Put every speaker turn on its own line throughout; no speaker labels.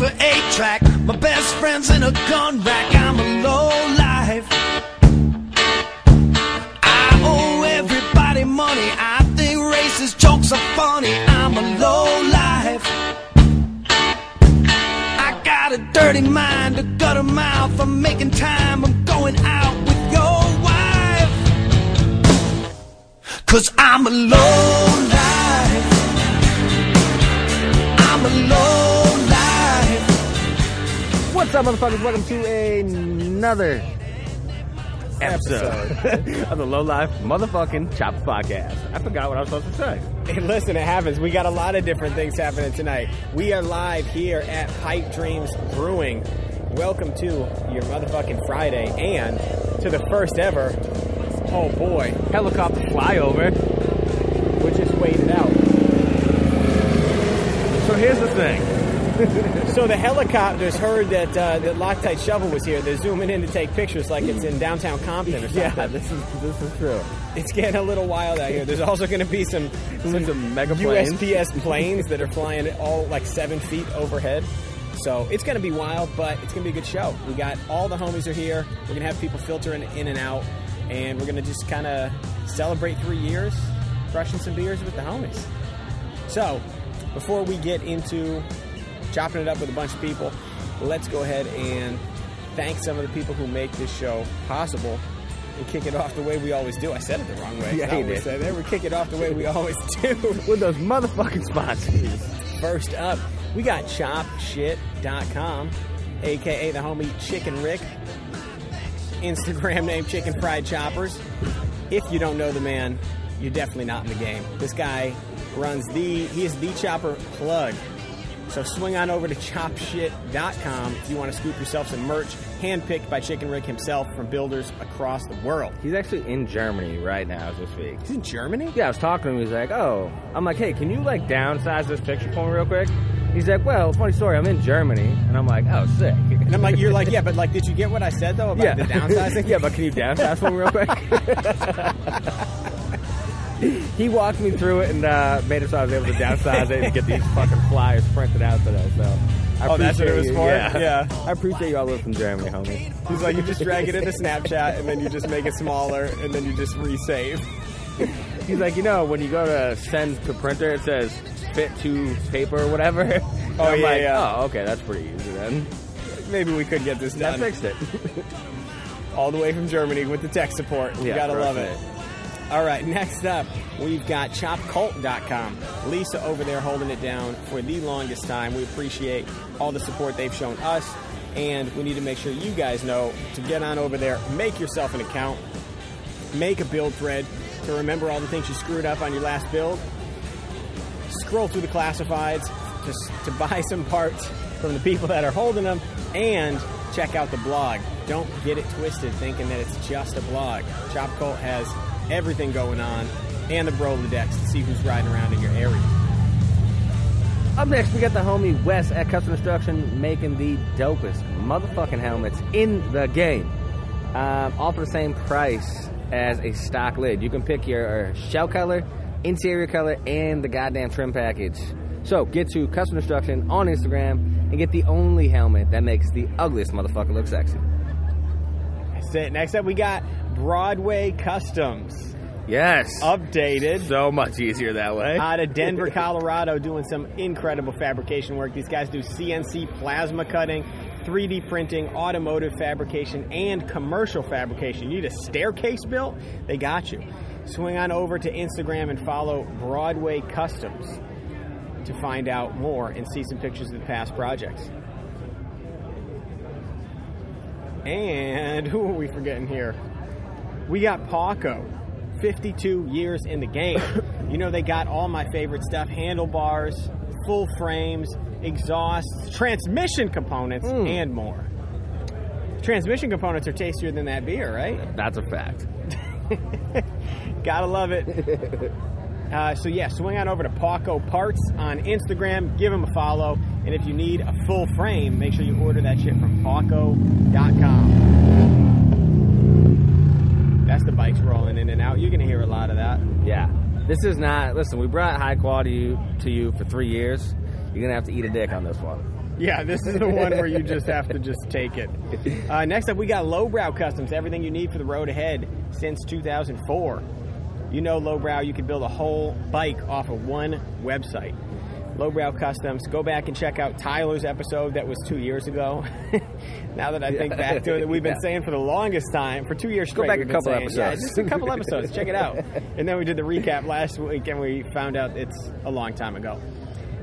track. My best friend's in a gun rack. I'm a low life. I owe everybody money. I think racist jokes are funny. I'm a low life. I got a dirty mind, a gutter mouth. I'm making time. I'm going out with your wife. Cause I'm a low life. I'm a low life.
What's up, motherfuckers? Welcome to another episode, of the Low Life Motherfucking Chop Podcast. I forgot what I was supposed to say.
Hey, listen, it happens. We got a lot of different things happening tonight. We are live here at Pipe Dreams Brewing. Welcome to your motherfucking Friday and to the first ever, oh boy,
Helicopter flyover.
we just waited out.
So here's the thing.
So the helicopters heard that uh, that Loctite Shovel was here. They're zooming in to take pictures like it's in downtown Compton or something.
Yeah, this is this is true.
It's getting a little wild out here. There's also going to be some, some
Some mega planes.
USPS planes that are flying at all like seven feet overhead. So it's going to be wild, but it's going to be a good show. We got all the homies are here. We're going to have people filtering in and out, and we're going to just kind of celebrate three years, crushing some beers with the homies. So before we get into chopping it up with a bunch of people, let's go ahead and thank some of the people who make this show possible. And kick it off the way we always do. I said it the wrong way.
Yeah,
Not
you
what we
did.
said there. We kick it off the way we always do.
With those motherfucking sponsors.
First up, we got ChopShit.com, aka the homie Chicken Rick. Instagram name Chicken Fried Choppers. If you don't know the man, you're definitely not in the game. This guy runs the, he is the chopper plug. So swing on over to ChopShit.com if you want to scoop yourself some merch handpicked by Chicken Rick himself from builders across the world.
He's actually in Germany right now as we speak.
He's in Germany?
Yeah, I was talking to him. He's like, "Oh, I'm like, hey, can you like downsize this picture for me real quick?" He's like, "Well, funny story. I'm in Germany," and I'm like, "Oh, sick."
And I'm like, you're like, yeah, but like, did you get what I said though about
yeah,
the downsizing?
yeah, but can you downsize for me real quick? he walked me through it and uh, made it so I was able to downsize it and get these fucking flyers printed out today. So, I
Oh, that's what it
appreciate
was
you.
for?
Yeah.
Yeah.
I appreciate you all live from Germany, homie.
He's like, you just drag it into Snapchat and then you just make it smaller and then you just resave.
He's like, you know, when you go to send to printer, it says fit to paper or whatever. And I'm
yeah,
like,
yeah.
Oh, okay, that's pretty easy then.
Maybe we could get this
I
done.
fixed it.
All the way from Germany with the tech support. You
Yeah,
gotta
perfect.
love it. All right, next up, we've got chopcult.com. Lisa over there holding it down for the longest time. We appreciate all the support they've shown us, and we need to make sure you guys know to get on over there, make yourself an account, make a build thread to remember all the things you screwed up on your last build, scroll through the classifieds to, to buy some parts from the people that are holding them and check out the blog. Don't get it twisted thinking that it's just a blog. Chop Cult has everything going on and the Rolodex to see who's riding around in your area.
Up next, we got the homie Wes at Custom Instruction making the dopest motherfucking helmets in the game. Um, all for the same price as a stock lid. You can pick your shell color, interior color, and the goddamn trim package. So get to Custom Instruction on Instagram and get the only helmet that makes the ugliest motherfucker look sexy.
That's it. Next up, we got Broadway Customs
Yes.
updated.
so much easier that way.
out of Denver, Colorado, doing some incredible fabrication work. These guys do CNC plasma cutting, 3D printing, automotive fabrication, and commercial fabrication. You need a staircase built? They got you. Swing on over to Instagram and follow Broadway Customs to find out more and see some pictures of the past projects. And who are we forgetting here? We got Paco, 52 years in the game. you know, they got all my favorite stuff handlebars, full frames, exhausts, transmission components, and more. Transmission components are tastier than that beer, right?
That's a fact.
Gotta love it. Uh, so yeah, swing on over to Paco Parts on Instagram. Give him a follow, and if you need a full frame, make sure you order that shit from Paco.com. That's the bikes rolling in and out. You're gonna hear a lot of that.
Yeah. This is not. Listen, we brought high quality to you for three years. You're gonna have to eat a dick on this one.
Yeah, this is the one where you just have to just take it. Uh, next up, we got Lowbrow Customs. Everything you need for the road ahead since 2004. You know, Lowbrow, you can build a whole bike off of one website. Lowbrow Customs. Go back and check out Tyler's episode that was two years ago. now that I think back to it, we've been
Yeah.
saying for the longest time, for two years
Go
straight,
back
we've
a
been
couple
saying, yeah,
episodes.
just a couple episodes. Check it out. And then we did the recap last week, and we found out it's a long time ago.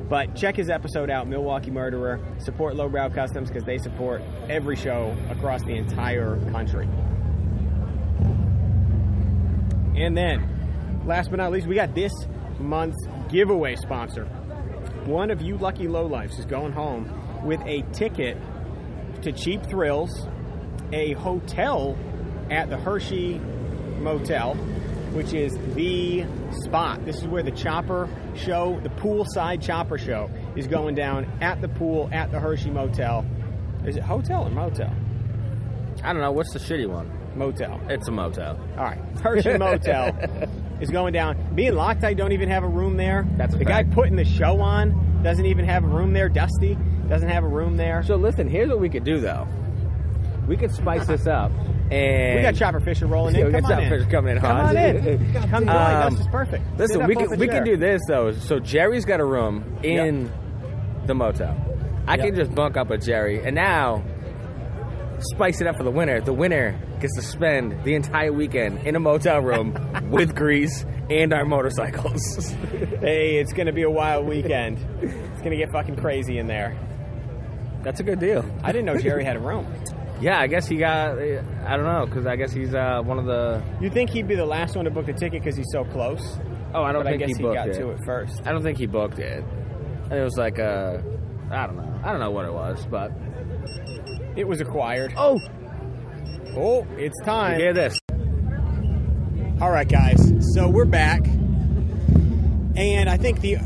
But check his episode out, Milwaukee Murderer. Support Lowbrow Customs because they support every show across the entire country. And then, last but not least, we got this month's giveaway sponsor. One of you lucky lowlifes is going home with a ticket to Cheap Thrills, a hotel at the Hershey Motel, which is the spot. This is where the chopper show, the poolside chopper show, is going down at the pool at the Hershey Motel. Is it hotel or motel?
I don't know. What's the shitty one?
Motel.
It's a motel.
All right, Hershey Motel is going down. Me and Loctite don't even have a room there.
That's a
the
fact.
guy putting the show on doesn't even have a room there. Dusty doesn't have a room there.
So listen, here's what we could do though. We could spice this up, and
we got Chopper Fisher rolling
Yeah,
in.
we
Come
got
on
Chopper
in.
Fisher coming in
Come
hot.
on in. Come join us.
Um,
It's perfect.
Listen, we can we can do this though. So Jerry's got a room in the motel. I
Yep.
can just bunk up with Jerry, and now spice it up for the winner. The winner gets to spend the entire weekend in a motel room with Grease and our motorcycles.
Hey, it's going to be a wild weekend. it's going to get fucking crazy in there.
That's a good deal.
I didn't know Jerry had a room.
Yeah, I guess he got. I don't know because I guess he's uh, one of the.
You think he'd be the last one to book the ticket because he's so close?
Oh, I don't
But I
think
guess
he
he
booked
got
it.
to it first.
I don't think he booked it. And it was like uh I I don't know. I don't know what it was, but
It was acquired.
oh,
Oh, it's time.
hear this.
All right, guys. So we're back, and I think the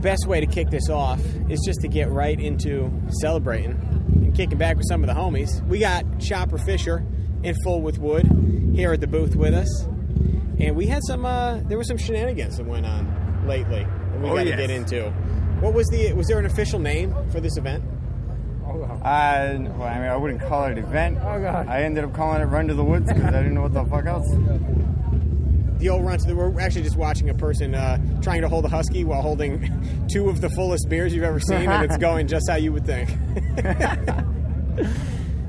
best way to kick this off is just to get right into celebrating and kicking back with some of the homies. We got Chopper Fisher and Full with Wood here at the booth with us, and we had some. Uh, there were some shenanigans that went on lately that we
Oh,
got to
yes.
get into. What was the? Was there an official name for this event?
I, well, I mean, I wouldn't call it an event.
Oh, God.
I ended up calling it Run to the Woods because I didn't know what the fuck else.
the old run to the, we're actually just watching a person uh, trying to hold a husky while holding two of the fullest beers you've ever seen and it's going just how you would think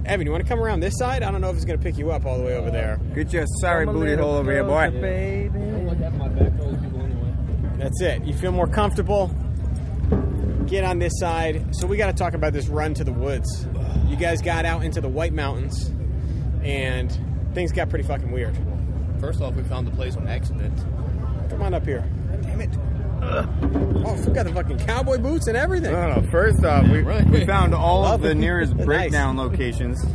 evan you want to come around this side i don't know if it's going to pick you up all the way over there
Get your sorry booty hole over here, boy.
that's it you feel more comfortable get on this side so we got to talk about this run to the woods you guys got out into the white mountains and things got pretty fucking weird
First off, we found the place on accident.
come on up here damn it oh we got the fucking cowboy boots and everything
No, no. First off, we,
right.
we found all
Love
of the
it.
nearest
Nice.
breakdown locations.
the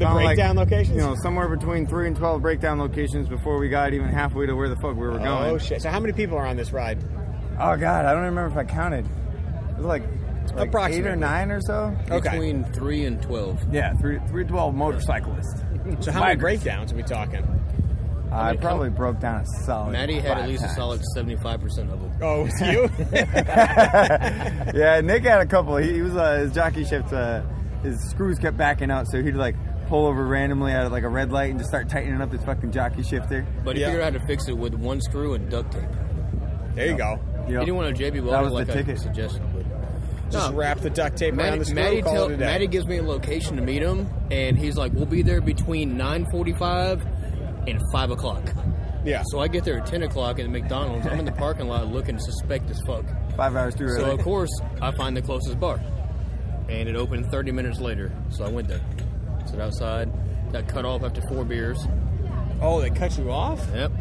Found, like,
breakdown locations
You know, somewhere between three and twelve breakdown locations before we got even halfway to where the fuck we were going.
Oh shit! So how many people are on this ride?
Oh, god, I don't remember if I counted. It was like, like eight
Approximately. Oh.
or nine or so.
Okay.
Between 3 and 12.
Yeah, three three twelve motorcyclists.
So how many breakdowns are we talking?
I probably broke down a solid.
Maddie had at
five
least a
times.
solid 75% of them.
Oh, it's you.
yeah, Nick had a couple. He, he was uh, his jockey shift. Uh, his screws kept backing out, so he'd like pull over randomly at like a red light and just start tightening up his fucking jockey shifter.
But he
Yeah.
figured out how to fix it with one screw and duct tape.
there you go.
You know,
He didn't want to JB
That
Weld
was
like
the
I
ticket.
suggested. But
Just
No,
wrap the duct tape around the
Maddie,
screw.
Maddie,
call
tell-
it a day.
Maddie gives me a location to meet him, and he's like, "We'll be there between 9:45 and 5 o'clock."
yeah.
So I get there at 10 o'clock at the McDonald's. I'm in the parking lot looking suspect as fuck.
five hours too
So
early.
of course I find the closest bar, and it opened 30 minutes later. So I went there, sit outside, got cut off after four beers.
Oh, they cut you off
Yep.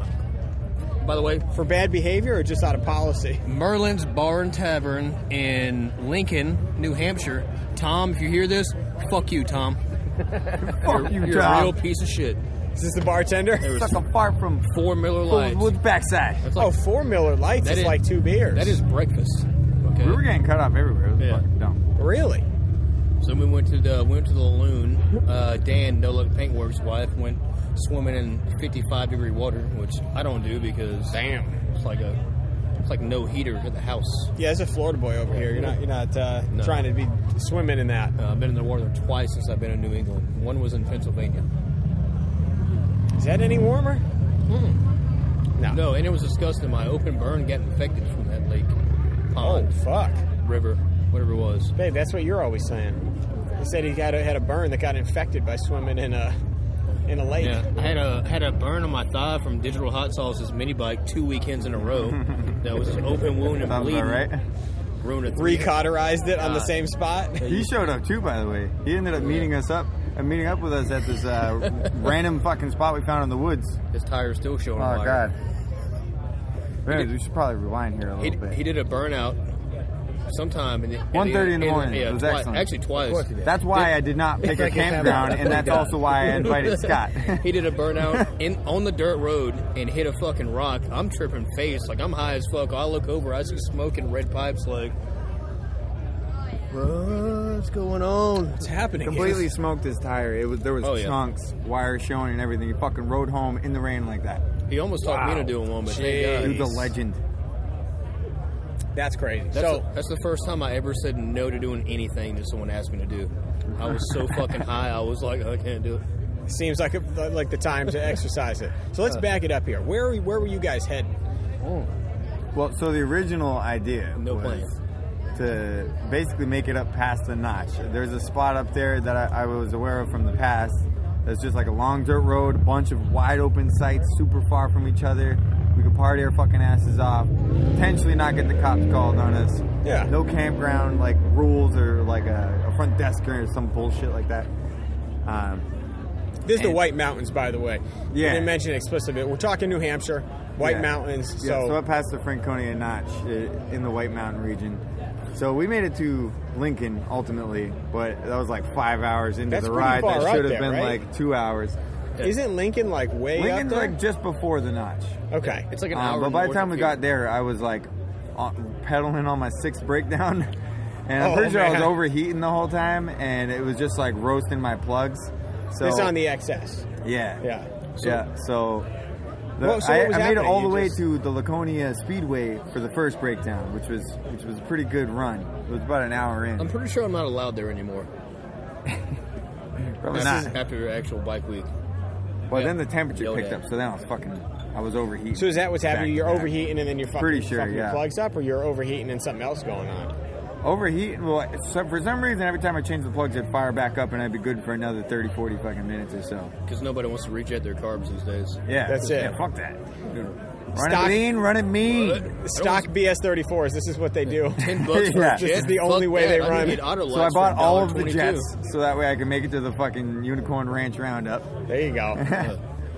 By the way,
for bad behavior or just out of policy?
Merlin's Bar and Tavern in Lincoln, New Hampshire. Tom, if you hear this, fuck you, Tom.
Fuck you,
You're a real
Tom.
piece of shit.
Is this the bartender?
Suck a fart from
Four Miller Lights.
Wood's backside.
That's like,
Oh, four Miller Lights
That
is
is-
like two beers.
that is breakfast. Okay.
We were getting cut off everywhere. It was
Yeah.
fucking dumb.
really.
So we went to the went to the loon. Uh, Dan, No Luck Paintworks' wife, went swimming in 55 degree water, which I don't do because damn, it's like a it's like no heater at the house.
Yeah, it's a Florida boy over here. You're not you're not uh,
No.
trying to be swimming in that.
Uh, I've been in the water twice since I've been in New England. One was in Pennsylvania.
Is that any warmer? No.
Hmm. No, and it was disgusting. My open burn got infected from that lake,
Oh
pond,
fuck,
river, whatever it was.
babe. That's what you're always saying. He said he got a, had a burn that got infected by swimming in a in a lake.
Yeah, I had a had a burn on my thigh from Digital Hot Sauce's mini bike two weekends in a row. that was an open wound and
Sounds
bleeding.
about right.
Ruined a three.
Recauterized it on the
God.
same spot.
He showed up too, by the way. He ended up meeting us up, uh, meeting up with us at this uh, random fucking spot we found in the woods.
His tire is still
Oh
showing. wire.
god. Man, we should probably rewind here a
He,
little bit.
he did a burnout sometime in the
1:30 in the morning.
yeah,
It was
twi-
excellent.
actually twice.
That's why I did not pick a campground, and
Oh
that's also why I invited Scott.
He did a burnout in on the dirt road and hit a fucking rock. I'm tripping face, like I'm high as fuck. I look over, I see smoke and red pipes. Like, "Bro, what's going on?
What's happening?
Completely
is-
smoked his tire. It was there was
Oh, yeah.
chunks, wire showing, and everything. He fucking rode home in the rain like that.
He almost talked me
Wow.
into doing one, but
Jeez.
thank
Dude's
God.
a legend.
That's crazy.
That's,
so
the- that's the first time I ever said no to doing anything that someone asked me to do. I was so fucking high. I was like, I can't do it.
seems like a, like the time to exercise it. So
Uh.
let's back it up here. Where are we, where were you guys heading?
Well, so the original idea
No
was
plan.
to basically make it up past the notch. There's a spot up there that I, I was aware of from the past. That's just like a long dirt road, a bunch of wide open sites, super far from each other. We could party our fucking asses off, potentially not get the cops called on us.
Yeah.
No campground like rules or like a, a front desk or some bullshit like that. Um,
This is the
And-
White Mountains, by the way. We
Yeah.
didn't mention it explicitly. We're talking New Hampshire, White
Yeah.
Mountains.
Yeah,
so,
so up past the Franconia Notch uh, in the White Mountain region. So we made it to Lincoln ultimately, but that was like five hours into
That's
the
pretty
ride. That
far out
should have
there,
been
right?
like two hours.
isn't Lincoln like way
Lincoln's
up there?
like just before the notch.
okay.
It's like an hour.
Um, but by the
north
time
of
we
here.
got there, I was like on, pedaling on my sixth breakdown, and I'm
Oh,
pretty sure I was
man.
overheating the whole time, and it was just like roasting my plugs. So
it's on the XS.
yeah,
Yeah.
yeah, so, the,
Well, so
I,
what was
I made it
happening?
all
You
the way
just-
to the Laconia Speedway for the first breakdown, which was which was a pretty good run. It was about an hour in.
I'm pretty sure I'm not allowed there anymore.
Probably
This
not.
is after your actual bike week.
well,
yeah.
then the temperature
Yo,
picked
Dad.
up, so then I was fucking, I was overheating.
So is that what's happening?
Back
You're
to back.
overheating and then you're fucking,
Pretty sure,
fucking your
yeah.
plugs up, or you're overheating and something else going on.
Overheating. Well, so for some reason, every time I changed the plugs, it'd fire back up, and I'd be good for another 30, 40 fucking minutes or so.
Because nobody wants to reject their carbs these days.
Yeah,
That's it.
Yeah, fuck that. Dude, Run
Stock-
it lean, run it
But-
mean.
Stock BS34s. This is what they do.
Ten bucks for
Yeah.
a jet.
This
is the only
Fuck
way they
that. I
run.
need auto
So I
lights
bought
for
all of the
$1.22.
jets, so that way I could make it to the fucking Unicorn Ranch Roundup.
There you go.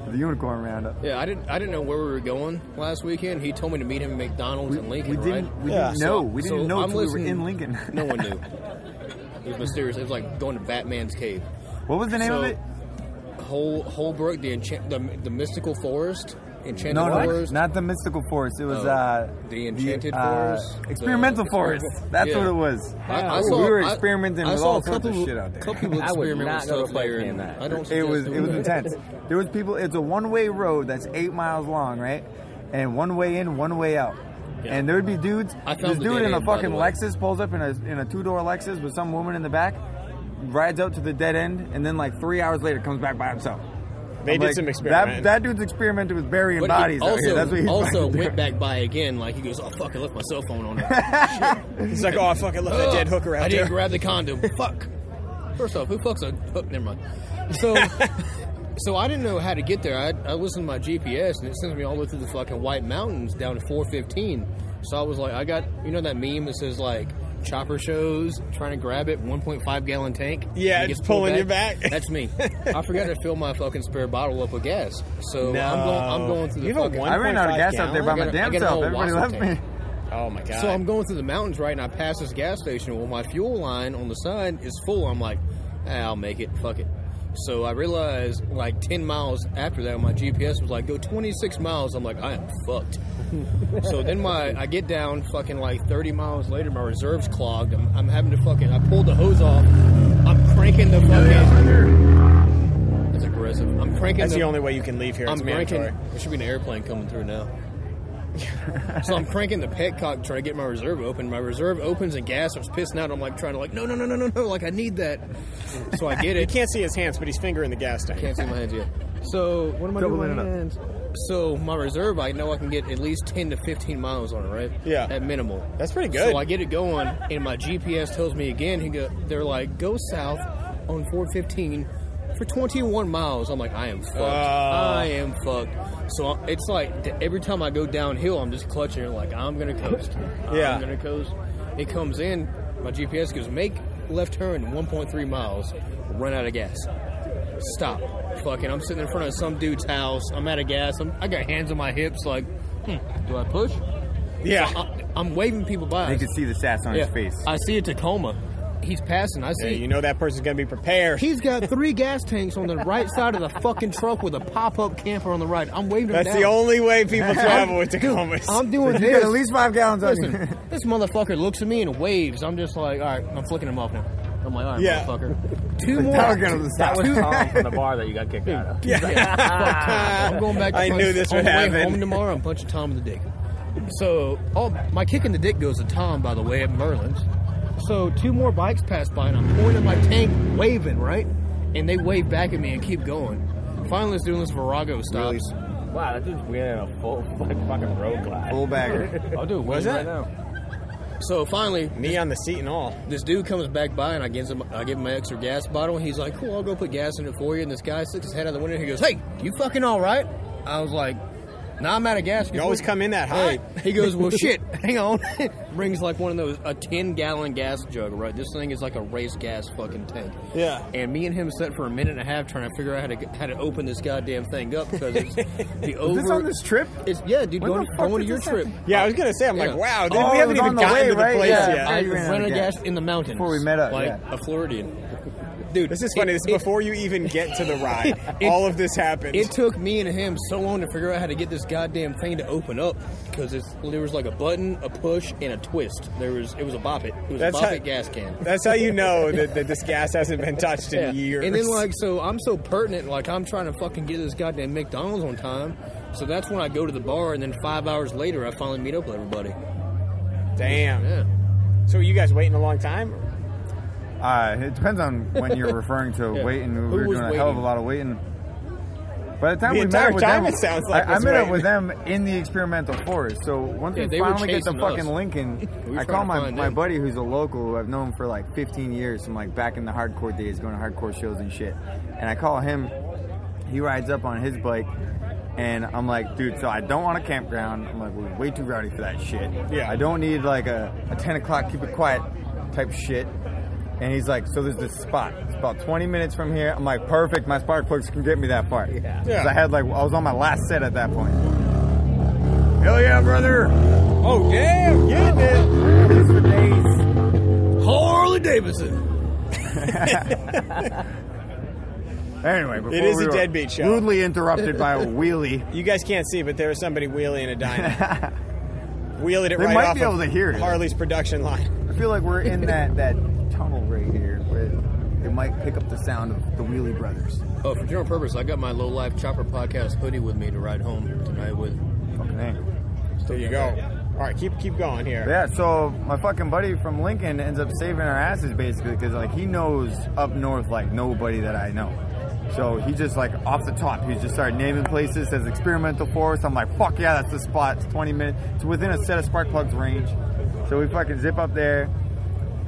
The Unicorn Roundup.
Yeah, I didn't. I didn't know where we were going last weekend. He told me to meet him at McDonald's in Lincoln.
we didn't,
right?
we
Yeah.
didn't
So-
know. we didn't
so
know
I'm
till we were
listening-
in Lincoln.
no one knew. It was mysterious. It was like going to Batman's cave.
what was the name
so,
of it?
Whole Holbrook, the, enchant, the the mystical forest, enchanted
No, no,
forest.
not the mystical forest. It was
Oh,
uh,
the Enchanted Forest, the-
experimental forest. That's
Yeah.
what it was.
I, I
we
saw,
were
I-
experimenting
I
with
saw
all
a
sorts
couple,
of shit out there.
Couple people
I would
experiment
not
with
go to
stuff there,
Batman
and
that.
I don't.
it was
suggest
it was
doing that.
intense. There was people. It's a one way road that's eight miles long, right? And one way in, one way out.
Yeah.
And there would be dudes.
I
This
found the
dude in
dead
a
end, by
fucking
the way.
Lexus pulls up in a in a two door Lexus with some woman in the back, rides out to the dead end, and then like three hours later comes back by himself.
They
I'm
did
like,
some
"That-
experimenting.
That, dude's experimented with burying
But he
bodies out
also,
here. That's what he's
also
fucking
went
doing.
back by again. Like he goes, "Oh fuck, I left my cell phone on." There.
It's like, oh, I fucking left that dead hooker out
I
there.
didn't grab the condom. fuck. First off, who fucks a hook? Never mind. So, so I didn't know how to get there. I, I listened to my GPS, and it sends me all the way through the fucking White Mountains down to 415. So I was like, I got you know that meme that says like chopper shows trying to grab it 1.5 gallon tank.
Yeah,
and it
it's
gets pulled
pulling you back.
That's me. I forgot to fill my fucking spare bottle up with gas. So I'm going. I'm going through the
You have a
fucking.
one-
I ran out of
1.5
gas out there by
gallon?
my
I
damn
got a
self.
whole
Everybody left
Wassail
me.
tank.
Oh my god.
So I'm going through the mountains, right, and I pass this gas station. Well, my fuel line on the side is full. I'm like, "Ah, I'll make it. Fuck it. So I realized, like 10 miles after that, my GPS was like, go 26 miles. I'm like, I am fucked. so then my, I get down, fucking like 30 miles later, my reserves clogged. I'm, I'm having to fucking, I pulled the hose off. I'm cranking the fucking. That's aggressive. I'm cranking.
That's the
the
only way you can leave here.
I'm
It's
cranking.
mandatory.
There should be an airplane coming through now. so I'm cranking the petcock trying to get my reserve open. My reserve opens and gas starts pissing out. I'm like trying to like no no no no no no like I need that. So I get
You
it.
can't see his hands, but he's fingering the gas tank.
Can't see my hands yet. So what am I
Double
doing
it
with my
up.
hands? So my reserve, I know I can get at least ten to fifteen miles on it, right?
Yeah.
At minimal.
That's pretty good.
So I get it going, and my GPS tells me again. He go, they're like, go south on 415 for 21 miles. I'm like, I am fucked. I am fucked. So I- it's like th- every time I go downhill, I'm just clutching. it, Like I'm gonna coast.
Yeah.
I'm gonna coast. It comes in. My GPS goes make left turn 1.3 miles. Run out of gas. Stop. Fucking. I'm sitting in front of some dude's house. I'm out of gas. I'm, I got hands on my hips. Like, hmm, do I push?
Yeah.
I, I'm waving people by.
They could see the sass on
Yeah.
his face.
I see a Tacoma. He's passing. I
Yeah,
see.
you know that person's gonna be prepared.
He's got three gas tanks on the right side of the fucking truck with a pop-up camper on the right. I'm waving. him
That's
down.
the only way people travel with Tacomas.
I'm doing
You got
this.
at least five gallons on you.
Listen, this motherfucker looks at me and waves. I'm just like, all right. I'm flicking him off now. I'm like, all right,
Yeah.
motherfucker. Two more.
That was gonna
That
stop.
was Tom from the bar that you got kicked out of.
Yeah, fuck Tom. I'm going back. To
I
punch-
knew this would
on the way
happen.
Home tomorrow, I'm punching Tom in the dick. So, oh, my kick in the dick goes to Tom, by the way, at Merlin's. So, two more bikes pass by, and I'm pointing my tank, waving, right? And they wave back at me and keep going. Finally, it's doing this Virago stop.
Wow, that dude's winning a full like, fucking road glide.
Full bagger.
I'll do it. What
Was
right
it?
now?
So, finally,
Me on the seat and all.
this dude comes back by, and I give him, I give him my extra gas bottle, and he's like, cool, I'll go put gas in it for you. And this guy sticks his head out the window, and he goes, hey, you fucking all right? I was like, nah, I'm out of gas.
You always come in that high.
Hey, he goes, well, shit, hang on. Brings like one of those, a 10 gallon gas jug, right? This thing is like a race gas fucking tank.
Yeah.
And me and him sat for a minute and a half trying to figure out how to how to open this goddamn thing up because it's the over.
Is this on this trip?
It's, yeah, dude,
When
going,
the fuck
going
did
to your
this
trip.
Yeah, I was gonna say, I'm like,
Yeah.
wow, dude,
Oh,
we
it
haven't
was
even
on the
gotten
way,
to the
right?
place
Yeah.
yet.
I
I
ran out
ran out
of
of
gas.
gas in the mountains
Before we met up,
like
yeah.
a Floridian, dude.
This is funny.
it-
This is
it-
before you even get to the ride.
It-
all of this happens.
It took me and him so long to figure out how to get this goddamn thing to open up because it's there was like a button, a push, and a twist. There was it was a bop it. It was
That's
a bop
how-
it gas can.
That's how you know that, that this gas hasn't been touched in
Yeah.
years.
And then like so I'm so pertinent, like I'm trying to fucking get this goddamn McDonald's on time. So that's when I go to the bar and then five hours later I finally meet up with everybody.
damn.
Yeah.
So are you guys waiting a long time?
Uh, it depends on when you're referring to
Yeah.
waiting. We
Who
were
was
doing a hell of a
waiting?
lot of waiting. By the time
The
we
entire
met with
time
them,
it sounds like
I, I
it's
met up
waiting.
with them in the experimental forest. So once
Yeah,
we
they were
finally get to
chasing
fucking
us.
Lincoln,
We were
I
trying
call
to
my,
find
my
them.
buddy who's a local who I've known for like 15 years from like back in the hardcore days, going to hardcore shows and shit. And I call him. He rides up on his bike. And I'm like, dude, so I don't want a campground. I'm like, we're way too rowdy for that shit.
Yeah.
I don't need like a, a 10 o'clock, keep it quiet type shit. And he's like, so there's this spot. It's about 20 minutes from here. I'm like, perfect. My spark plugs can get me that far. Yeah.
Yeah.
I had like, I was on my last set at that point. Hell yeah, brother.
Oh damn! Yeah, man.
These were days.
Harley Davidson.
Anyway, before
is
we
a
were
deadbeat show.
Rudely interrupted by a wheelie.
You guys can't see, but there was somebody wheeling a dyno. Wheeling it
They
right
might
off
be able
of
to hear it.
Harley's production line.
I feel like we're in that, that tunnel right here where it might pick up the sound of the Wheelie Brothers.
Oh, for general purpose, I got my low life chopper podcast hoodie with me to ride home tonight with.
Okay.
There you go. All right, keep keep going here.
Yeah, so my fucking buddy from Lincoln ends up saving our asses basically because like he knows up north like nobody that I know. So he just like off the top, he just started naming places as experimental forest. I'm like, fuck yeah, that's the spot. It's 20 minutes. It's within a set of spark plugs range. So we fucking zip up there,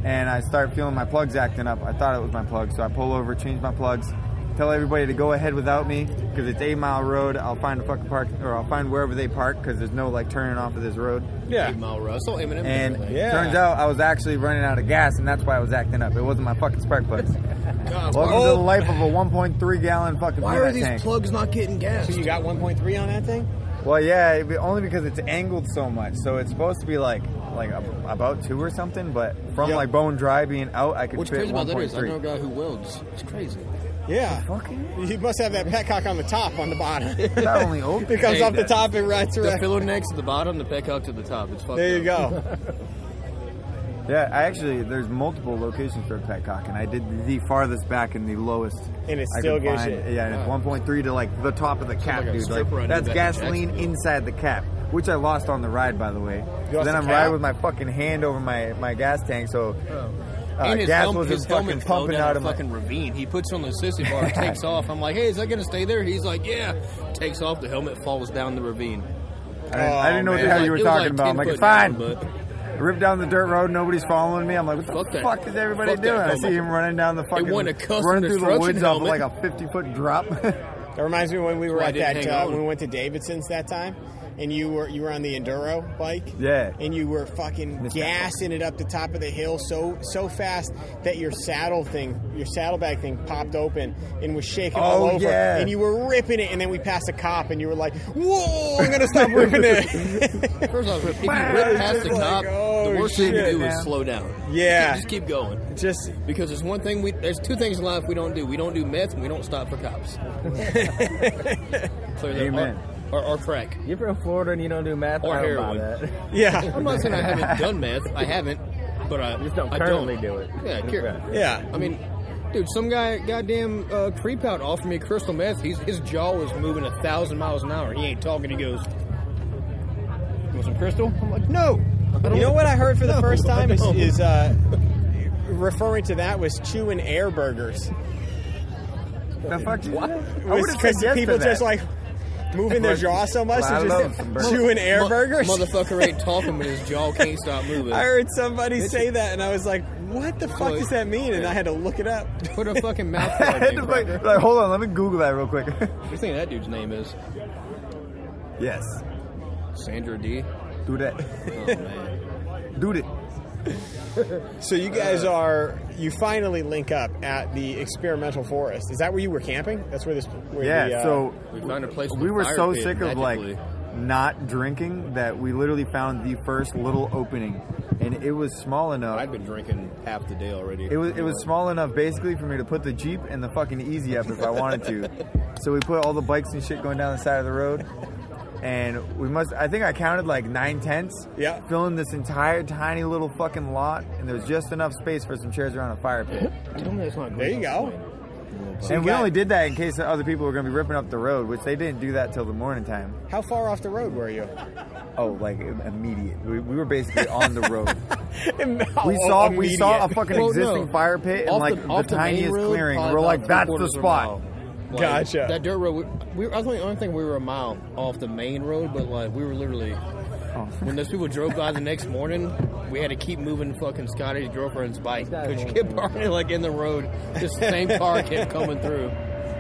and I start feeling my plugs acting up. I thought it was my plugs, so I pull over, change my plugs, tell everybody to go ahead without me because it's eight mile road. I'll find a fucking park, or I'll find wherever they park because there's no like turning off of this road.
Yeah.
Eight Mile Run. I saw Eminem.
And
today.
Yeah.
turns out I was actually running out of gas, and that's why I was acting up. It wasn't my fucking spark plugs.
God,
Welcome
why-
to the life of a 1.3 gallon fucking
Oh, Why
peanut
are these
tank.
plugs not getting gas?
So you got 1.3 on that thing?
well, yeah, it'd be- only because it's angled so much. So it's supposed to be like like ab- about two or something, but from
Yeah.
like bone dry being out, I could
What's
fit
crazy about that is I know a
1.3.
guy who welds. It's crazy.
Yeah.
Fucking
You must have that petcock on the top, on the bottom. it
that only open.
comes
Hey,
off the
that-
top and right
The
through.
pillow neck's at the bottom, the peacock to the top. It's fucked
There
up.
you go.
Yeah, I actually there's multiple locations for a petcock, and I did the farthest back and the lowest.
And it
I
still
could
gives
find.
you-
Yeah, and it's 1.3 to like the top of the cap,
like a
dude. Like
stripper I did
that's
back in
gasoline
Jacksonville.
inside the cap, which I lost on the ride, by the way.
You lost
then
the
I'm
cap?
riding with my fucking hand over my, my gas tank, so uh,
Oh. and his,
gas
helm-
wasn't
his
fucking
helmet fell
pumping
down
out
a
of my.
fucking ravine. He puts on the sissy bar, takes off. I'm like, hey, is that gonna stay there? He's like, yeah. Takes off. The helmet falls down the ravine.
I didn't, I didn't know
It
what
was
the hell
like-
you were
Oh, it was
talking
like
about.
10
I'm like,
foot
it's fine.
down, but-
Rip down the dirt road. Nobody's following me. I'm like, what the
Fuck that.
fuck is everybody
Fuck that
doing? I see
helmet.
him running down the fucking,
wasn't a custom
running through the
destruction
woods off of
helmet.
like a 50 foot drop.
That reminds me when we were
why I
at
didn't
that
hang
uh,
on.
when we went to Davidson's that time, and you were you were on the enduro bike.
Yeah.
And you were fucking
Missed that
gassing it up the top of the hill so so fast that your saddle thing, your saddlebag thing, popped open and was shaking all
Oh,
over.
yeah.
And you were ripping it, and then we passed a cop, and you were like, "Whoa, I'm gonna stop ripping it."
First off, if you
Wow,
rip
it's
past
just
the
like,
cop,
oh,
the worst thing to
shit,
do
man.
is slow down.
Yeah.
just keep going.
Just
Because there's one thing we there's two things in life we don't do. We don't do meth and we don't stop for cops. Clear that
Amen.
Or, or, or crack.
You're from Florida and you don't do math.
Or
I don't buy
heroin.
that.
yeah,
I'm not saying I haven't done meth. I haven't, but I
Just don't
I
currently do it.
Yeah, cur-
yeah.
I mean, dude, some guy, goddamn uh, creep out, offered me crystal meth. He's, his jaw was moving a thousand miles an hour. He ain't talking. He goes, "You want some crystal?" I'm like, "No." I don't
You know
want-
what I heard for the
No,
first time is,
I don't.
is uh, referring to that was chewing air burgers.
the fuck? What? I
was
would've said
because
yes to
people
that.
just like moving their jaw so much
Well, I
and
love some burgers.
just chewing air
Mo-
burgers.
Motherfucker ain't talking, but his jaw can't stop moving.
I heard somebody say that and I was like, what the fuck does that mean? And I had to look it up.
Put a fucking mouth
I had
plug
to
in.
like,
What
like, hold on, let me Google that real quick.
do you think that dude's name is?
yes,
Sandra D.
do that,
Oh man.
do it.
So you guys are you finally link up at the experimental forest. Is that where you were camping? That's where this where
Yeah,
the, uh,
so
We found a place. with
we
a
were
fire
so
pit,
sick of
magically.
like not drinking that we literally found the first little opening, and it was small enough.
I'd been drinking half the day already.
It was it was small enough basically for me to put the Jeep and the fucking Easy up if I wanted to. so we put all the bikes and shit going down the side of the road. And we must I think I counted like nine tents.
Yeah.
Filling this entire tiny little fucking lot and there was just enough space for some chairs around a fire pit.
Tell me that's not
There you
good.
go.
and we
got-
only did that in case other people were gonna be ripping up the road, which they didn't do that till the morning time.
How far off the road were you?
Oh, like im- immediate. We, we were basically on the road.
we
We saw we saw a fucking
Well,
existing
no.
fire pit and
Off
like the,
off main
tiniest
road,
clearing.
probably
We're
about
like,
three
that's the
quarters of a
spot.
mile. Like,
Gotcha.
That dirt road. We, we, I think- I don't think we were a mile off the main road, but like we were literally.
Oh.
When those people drove by the next morning, we had to keep moving fucking Scotty's girlfriend's bike because she kept parking like in the road. Just the same car kept coming through.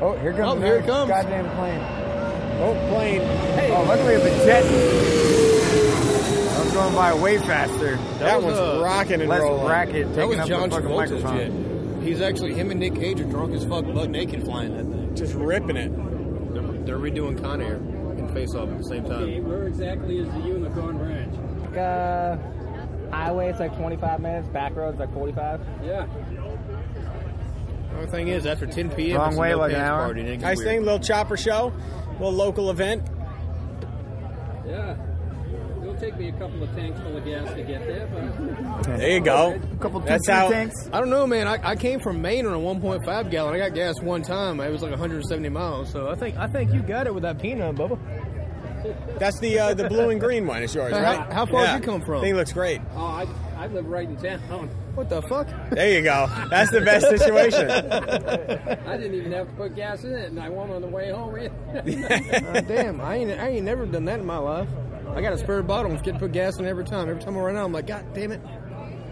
Oh, here comes
Oh, here it comes.
goddamn plane.
Oh, plane.
Oh, luckily it's a jet. I was going by way faster.
That,
was,
one's
uh,
rocking and
Less
rolling.
racket
That
taking
was
up
John
the fucking
Travolta's
microphone.
jet. He's actually him and Nick Cage are drunk as fuck, butt naked flying that thing.
Just ripping it.
They're, they're redoing Con Air and Face Off at the same
Okay,
time.
where exactly is the Unicorn Ranch?
Like, uh, highway, it's like 25 minutes. Back roads, like 45.
Yeah.
Only thing is, after 10 p.m.,
Wrong
it's a
way,
no
like an
pants
hour.
Party, and it gets
Nice
weird.
thing, little chopper show, little local event.
Yeah. It'll take me a couple of tanks full of gas to get there, but
There you go.
Couple two
That's how-
tanks.
I don't know, man. I, I came from Maine on a 1.5 gallon. I got gas one time. It was like 170 miles. So I think I think you got it with that peanut, Bubba.
That's the uh, the blue and green one. Is yours,
How-
right?
how far did you come from?
Thing looks great.
oh, I, I live right in town.
What the fuck?
There you go. That's the best situation.
I didn't even have to put gas in it, and I won't on the way home either.
Uh, damn, I ain't I ain't never done that in my life. I got a spare bottle. I'm getting put gas in every time. Every time I run out, I'm like, God damn it!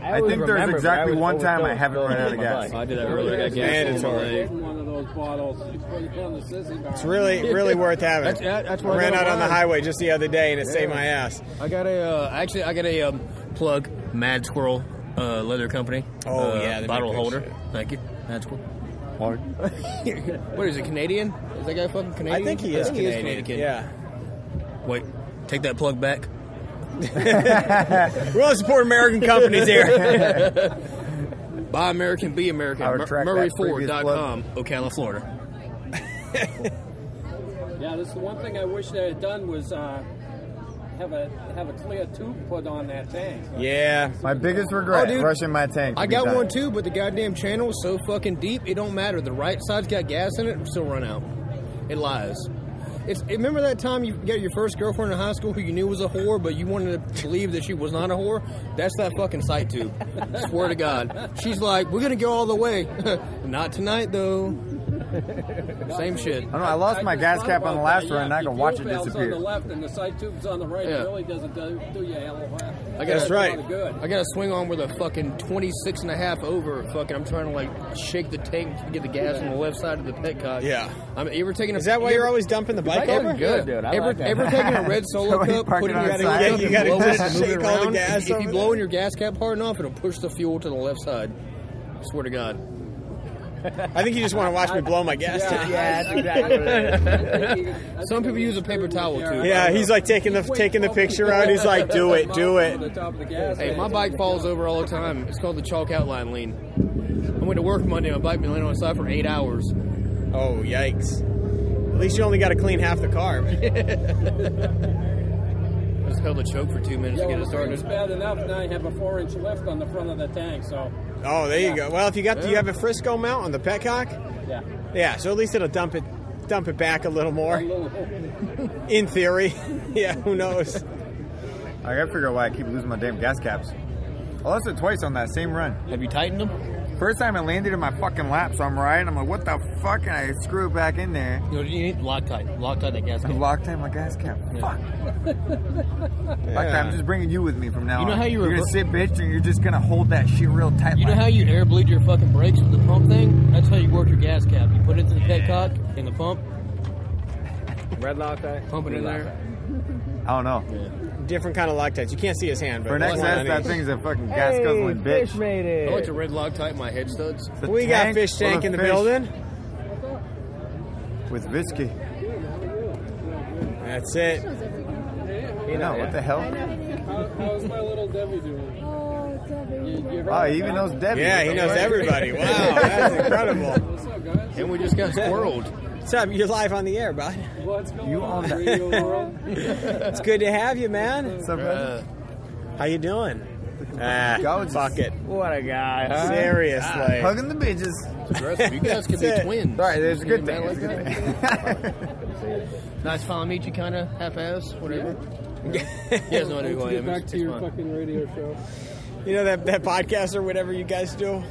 I
always
think there's
remember, but
exactly
I was
one time I
overfilled
haven't run out of
with my
gas.
bike.
did that
earlier. I got
gas on my leg.
Getting one of those bottles before you go on the sissy bar.
It's really really worth having.
That's- that- that's where
I
I
ran
got
out on the
mine.
highway just the other day and it saved
Yeah.
my ass.
I got a uh, actually I got a um, plug Mad Squirrel uh, leather company.
Oh,
uh,
yeah, they
bottle
make good
holder.
shit.
Thank you, Mad Squirrel. What is it? Canadian? Is that guy fucking Canadian?
I think he is Canadian. Yeah.
Wait, take that plug back.
We want to support American companies here.
Buy American, be American.
I retract that previous
MurrayFord.com, Ocala, Florida.
Yeah, that's the one thing I wish they had done was uh, have a have a clear tube put on that tank.
yeah.
My biggest regret:
Oh, dude.
rushing my tank.
I
to be
got
done.
one too, but the goddamn channel is so fucking deep, it don't matter. The right side's got gas in it, it'll still run out. It lies. It's remember that time you got your first girlfriend in high school who you knew was a whore, but you wanted to believe that she was not a whore. That's that fucking sight tube. Swear to God, she's like, we're gonna go all the way. not tonight though. Same shit.
I don't know. I lost my
just
gas
thought
cap on
about
the last
that,
run, and
yeah.
I can
Your
watch it
fuel valve's
disappear.
on the left and the side tube's on the right.
Yeah.
It really doesn't do, do you a hell of a lot.
I
It's
guess
That's right.
kinda Good.
I got to swing on with a fucking 26 and a half over. Fucking, I'm trying to like shake the tank to get the gas on the left side of the petcock.
Yeah.
I'm ever taking a.
Is that why
you
you're
ever-
always dumping the bike
Fucking
over?
good,
dude. I
ever,
like that.
ever taking a red
So
solo
when you
cup,
park
putting
it
it
on
in
the
your
side,
cup,
you
and
gotta
blow it
just
and move it
shake all the
around.
gas
if, if
over
you blow
there.
in your gas cap hard enough, it'll push the fuel to the left side. Swear to God.
I think you just want to watch me blow my gas tank.
yeah, that's exactly what it is.
Some people use a paper towel, too.
Yeah, he's like taking the
He's
taking the
waiting for-
picture out. He's like, do it, do
On
it.
the top of the gas
Hey, my
tank.
bike falls over all the time. It's called the chalk outline lean. I went to work Monday. My bike been laying on the side for eight hours.
Oh yikes! At least you only got to clean half the car.
I just held the choke for two minutes
Yeah,
to get
well,
it
the
started.
thing's bad enough. Now I have a four-inch lift on the front of the tank, so
Oh, there you go. Well, if you got do you have a Frisco mount on the petcock?
yeah,
Yeah, so at least it'll dump it dump it back a little
a
more
little.
in theory. yeah, who knows?
I gotta figure out why I keep losing my damn gas caps. I lost it twice on that same run.
Have you tightened them?
First time I landed in my fucking lap, so I'm riding. I'm like, what the fuck? And I screw it back in there.
No, you need Loctite. Loctite that gas
I
cap.
locked in my gas cap. Fuck. Fuck that.
Yeah.
I'm just bringing you with me from now
You know
on.
how you
are
rever-
gonna sit, bitch, and you're just gonna hold that shit real tight.
You know
like-
how you air bleed your fucking brakes with the pump thing? That's how you work your gas cap. You put it to the petcock in the pump,
Red Loctite.
pump it in
blue
there.
I don't know.
Different kind of loctites. You can't see his hand, but
For next
it's one
test,
on
that
each.
thing's a fucking
Loctite.
gas guzzling
Hey,
bitch.
Fish made it.
I like to red log tight my head studs.
It's a
We got
tank
fish
full of
tank in the
fish
building.
with whiskey.
That's it.
You know what the hell?
How, how's my little Debbie doing?
Oh,
You,
Debbie.
you heard
Oh,
her
he even
back?
knows Debbie.
Yeah, he knows everybody. Wow, that's incredible.
What's up, guys?
And we just got squirreled.
What's up? You're live on the air, bud.
What's going
You
on,
on the-
radio world?
It's good to have you, man.
What's up, brother?
How you doing? Ah,
Go Ah. just-
fuck it.
What a guy, huh?
Seriously.
Hugging the bitches.
Aggressive. You guys could be
That's it.
twins.
All right, there's a
You
good
man
thing.
like
There's a good
that?
thing.
Nice follow meet you kind of half ass, whatever. Yeah. he has no idea who I
Get
am.
back
It's,
to
it's
your
fine.
fucking radio show.
You know that, that podcast or whatever you guys do?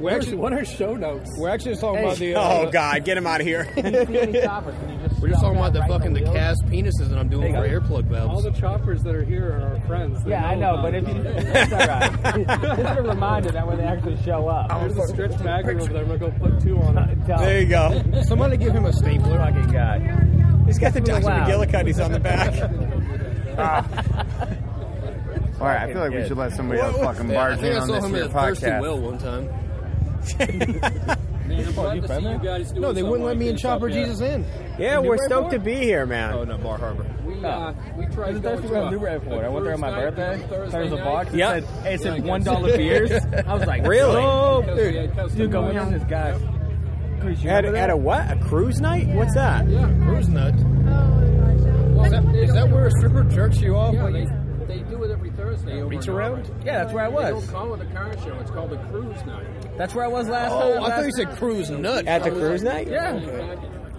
We're actually,
What are show notes?
we're actually talking about the.
Oh, God, get him out of here.
We're just talking about the fucking the cast penises that I'm doing for airplug
All
valves.
the choppers that are here are our friends. They
Yeah, I know,
about
but
it.
if you, it's all right. Just a reminder that when they actually show up,
there's a stretch magnet over there, I'm gonna go put two on it.
There you go.
Somebody give him a stapler.
fucking guy.
He's got the Dr.
Wow.
McGillicuddy's on the back.
All right, I feel like we should let somebody else fucking
Yeah, I
barge
think
in
I
on
saw
this
him
here
at Thirsty
podcast.
Well one time.
Man, I'm glad to see you guys doing
No, they wouldn't let
something like
me and
this up
Chopper
here.
Jesus in.
Yeah, we're stoked to be here,
Oh,
man.
no, Bar Harbor.
We, uh, we tried
It was
going
actually
to
around Newport Airport. I went there on my birthday. There was a box. It
Yep.
said, it said one dollar beers. I was like,
Really?
Oh,
Because we had custom
dude, going
lines.
in this guy. Chris, you
At,
remember
at a
that?
what? A cruise night? What's that?
Cruise nut.
Well,
Is that,
they
is
don't-
that where a stripper jerks you off?
Yeah,
when
they,
you-
they do it every Thursday. over
Reach
in
around?
Auburn.
Yeah, that's where I
They don't
was.
call it a car show. It's called a cruise night.
That's where I was last
Oh,
time.
I
last-
thought you said cruise nut.
At the cruise night?
Yeah.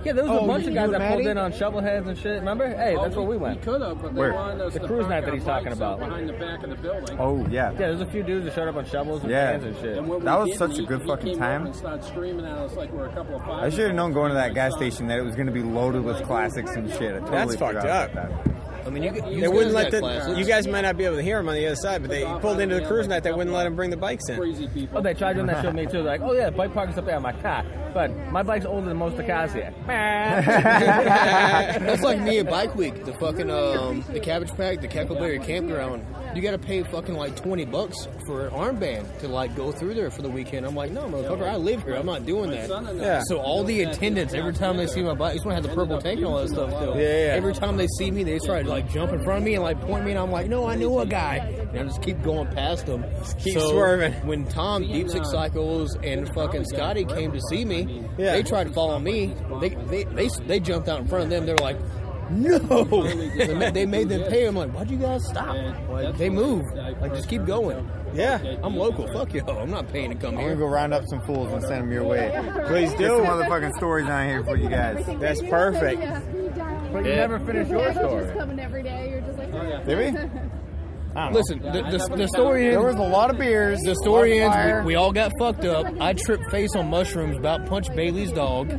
Yeah, there was
Oh,
a bunch
you
of guys
and
that pulled
Maddie?
in on shovel heads and shit. Remember? Hey, that's
Oh,
where we went.
We could have, but they
Where?
wanted us
The
to
cruise
park
night that
our
he's talking
bikes out
about.
behind the back of the building.
Oh yeah.
Yeah, there's a few dudes that showed up on shovels and
Yeah.
cans and shit.
And when we
That was
did,
such
he-
a good
he
fucking
came up
time.
And started screaming at us like we're a couple of five.
I should have known going to that gas station that it was going to be loaded with classics and shit. I totally
That's fucked
forgot
up.
about that.
I mean, you, could- you
They wouldn't let
that.
the. You guys might not be able to hear him on the other side, but they pulled into the cruise night. They wouldn't let him bring the bikes in.
Crazy people.
Oh, they tried doing that shit with me too. They're like, oh yeah, bike parking's up there. I'm like, ha. But my bike's older than most of the cars here.
That's like me at Bike Week, the fucking um, the Cabbage Patch, the Cackleberry Campground. You got to pay fucking like twenty bucks for an armband to like go through there for the weekend. I'm like, no, motherfucker, I live here. I'm not doing that.
Yeah.
So all the attendants, every time they see my bike, he's gonna have the purple tank and all that stuff. Still.
Yeah, yeah.
Every time they see me, they try to like jump in front of me and like point me, and I'm like, no, I knew a guy, and I just keep going past them.
keep swerving.
When Tom Deep Six Cycles and fucking Scotty came to see me,
Yeah.
they tried to follow me. They, they they they jumped out in front of them. They were like, no.
finally
they, ma- they made them
decided to do
pay. I'm like, why'd you guys stop?
And
Like,
that's
they
what
move.
I
Like, just
first
keep
heard
going.
about.
Yeah,
They
I'm
do.
local. Fuck yo, I'm not paying to come
I'm gonna
here.
go round up some fools and send them your way.
Please
Get
do.
some motherfucking stories on here for you guys.
That's perfect.
But
you never
finished your story.
coming every day. You're just like,
Oh, yeah.
Did we? I don't know.
Listen, the,
I
the,
never
the story
There
ends.
was a lot of beers.
The story
a lot of
ends.
fire.
We, we all got fucked up. I tripped face on mushrooms. About punched Bailey's dog.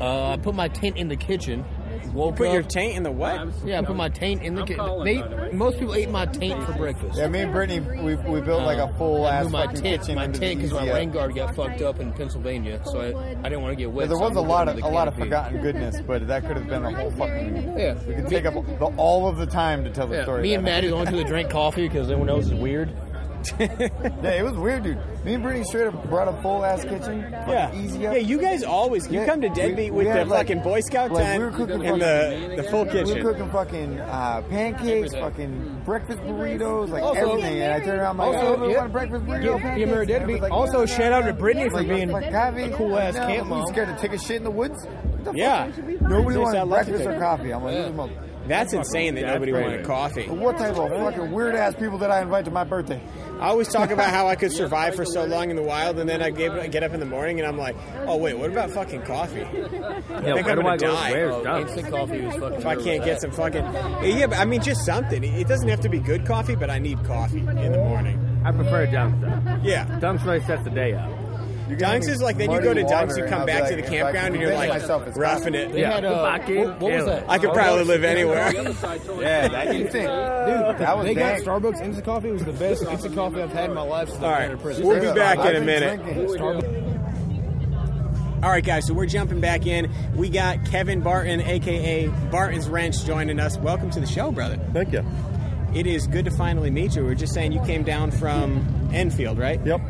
Uh, I put my taint in the kitchen. Woke
Put
up.
your taint in the what?
yeah, I put my taint in the
I'm
kitchen.
calling, by the
They
way.
most people ate my taint for breakfast.
Yeah, me and Brittany, we, we built like a full
Uh, I
ass
moved my
fucking
tent,
kitchen
my
into
tent,
the
because my
easy up.
rain guard got fucked up in Pennsylvania, so I, I didn't want to get
Yeah,
wet.
there
so I
was a
moved
lot
under
of
the
a lot of
canopy.
forgotten goodness, but that could have been a whole fucking.
Yeah,
We could take up the, all of the time to tell the
yeah.
story.
Me and
that
Maddie
night.
the only two that drank coffee because everyone else is weird.
Yeah, it was weird, dude. Me and Brittany straight up brought a full ass kitchen. fucking
Yeah.
easy up.
Yeah, you guys always you
Yeah,
come to
we-
Deadbeat
we
with the
had, like-
fucking Boy Scout
like, we
tent
were cooking
and the,
fucking-
the full
We
kitchen.
were cooking fucking uh, pancakes, fucking breakfast burritos, like
Also-
everything. And I turned around, my like,
Also,
I really
yeah.
want a breakfast burrito.
Yeah,
pancakes.
yeah,
And
Mary
I was
Deadbeat.
like,
Also,
yeah,
shout out to Brittany for
like,
being
like, Javi,
a cool-ass
no,
camp
we
mom.
scared to take a shit in the woods. What the
Yeah.
fuck? Nobody
Yes, I
wanted
love
breakfast
it.
or coffee. I'm like,
Yeah.
yeah. mother-
That's insane that nobody wanted coffee.
what type of fucking weird ass people did I invite to my birthday?
I always talk about how I could survive for so long in the wild, and then I gave, I get up in the morning and I'm like, oh wait, what about fucking coffee?
Yeah,
think
where
I'm
do I
gonna
go?
die.
Where's Dunkin'?
Instant coffee was fucking.
If I can't get some fucking, yeah, but I mean just something. It doesn't have to be good coffee, but I need coffee in the morning.
I prefer Dunkin' though.
Yeah,
Dunkin' really sets the day up.
Dunks is like then you go to
Muddy water,
Dunks, you
and
come
I'll be
back
like,
to the
if I can
campground, and you're
convince
like
myself it's
roughing it.
They
Yeah,
had, uh,
fucking
what, what was
hell.
that?
I could probably live
The other
anywhere.
side towards
Yeah, that you think.
Dude,
That was
they got
dank.
Starbucks instant coffee. It was the best instant coffee I've had in my life since
All
I've been
right,
in prison.
we'll be back
I've
in a
been
minute.
drinking.
All right, guys, so we're jumping back in. We got Kevin Barton, aka Barton's Wrench, joining us. Welcome to the show, brother.
Thank you.
It is good to finally meet you. We were just saying you came down from Enfield, right?
Yep.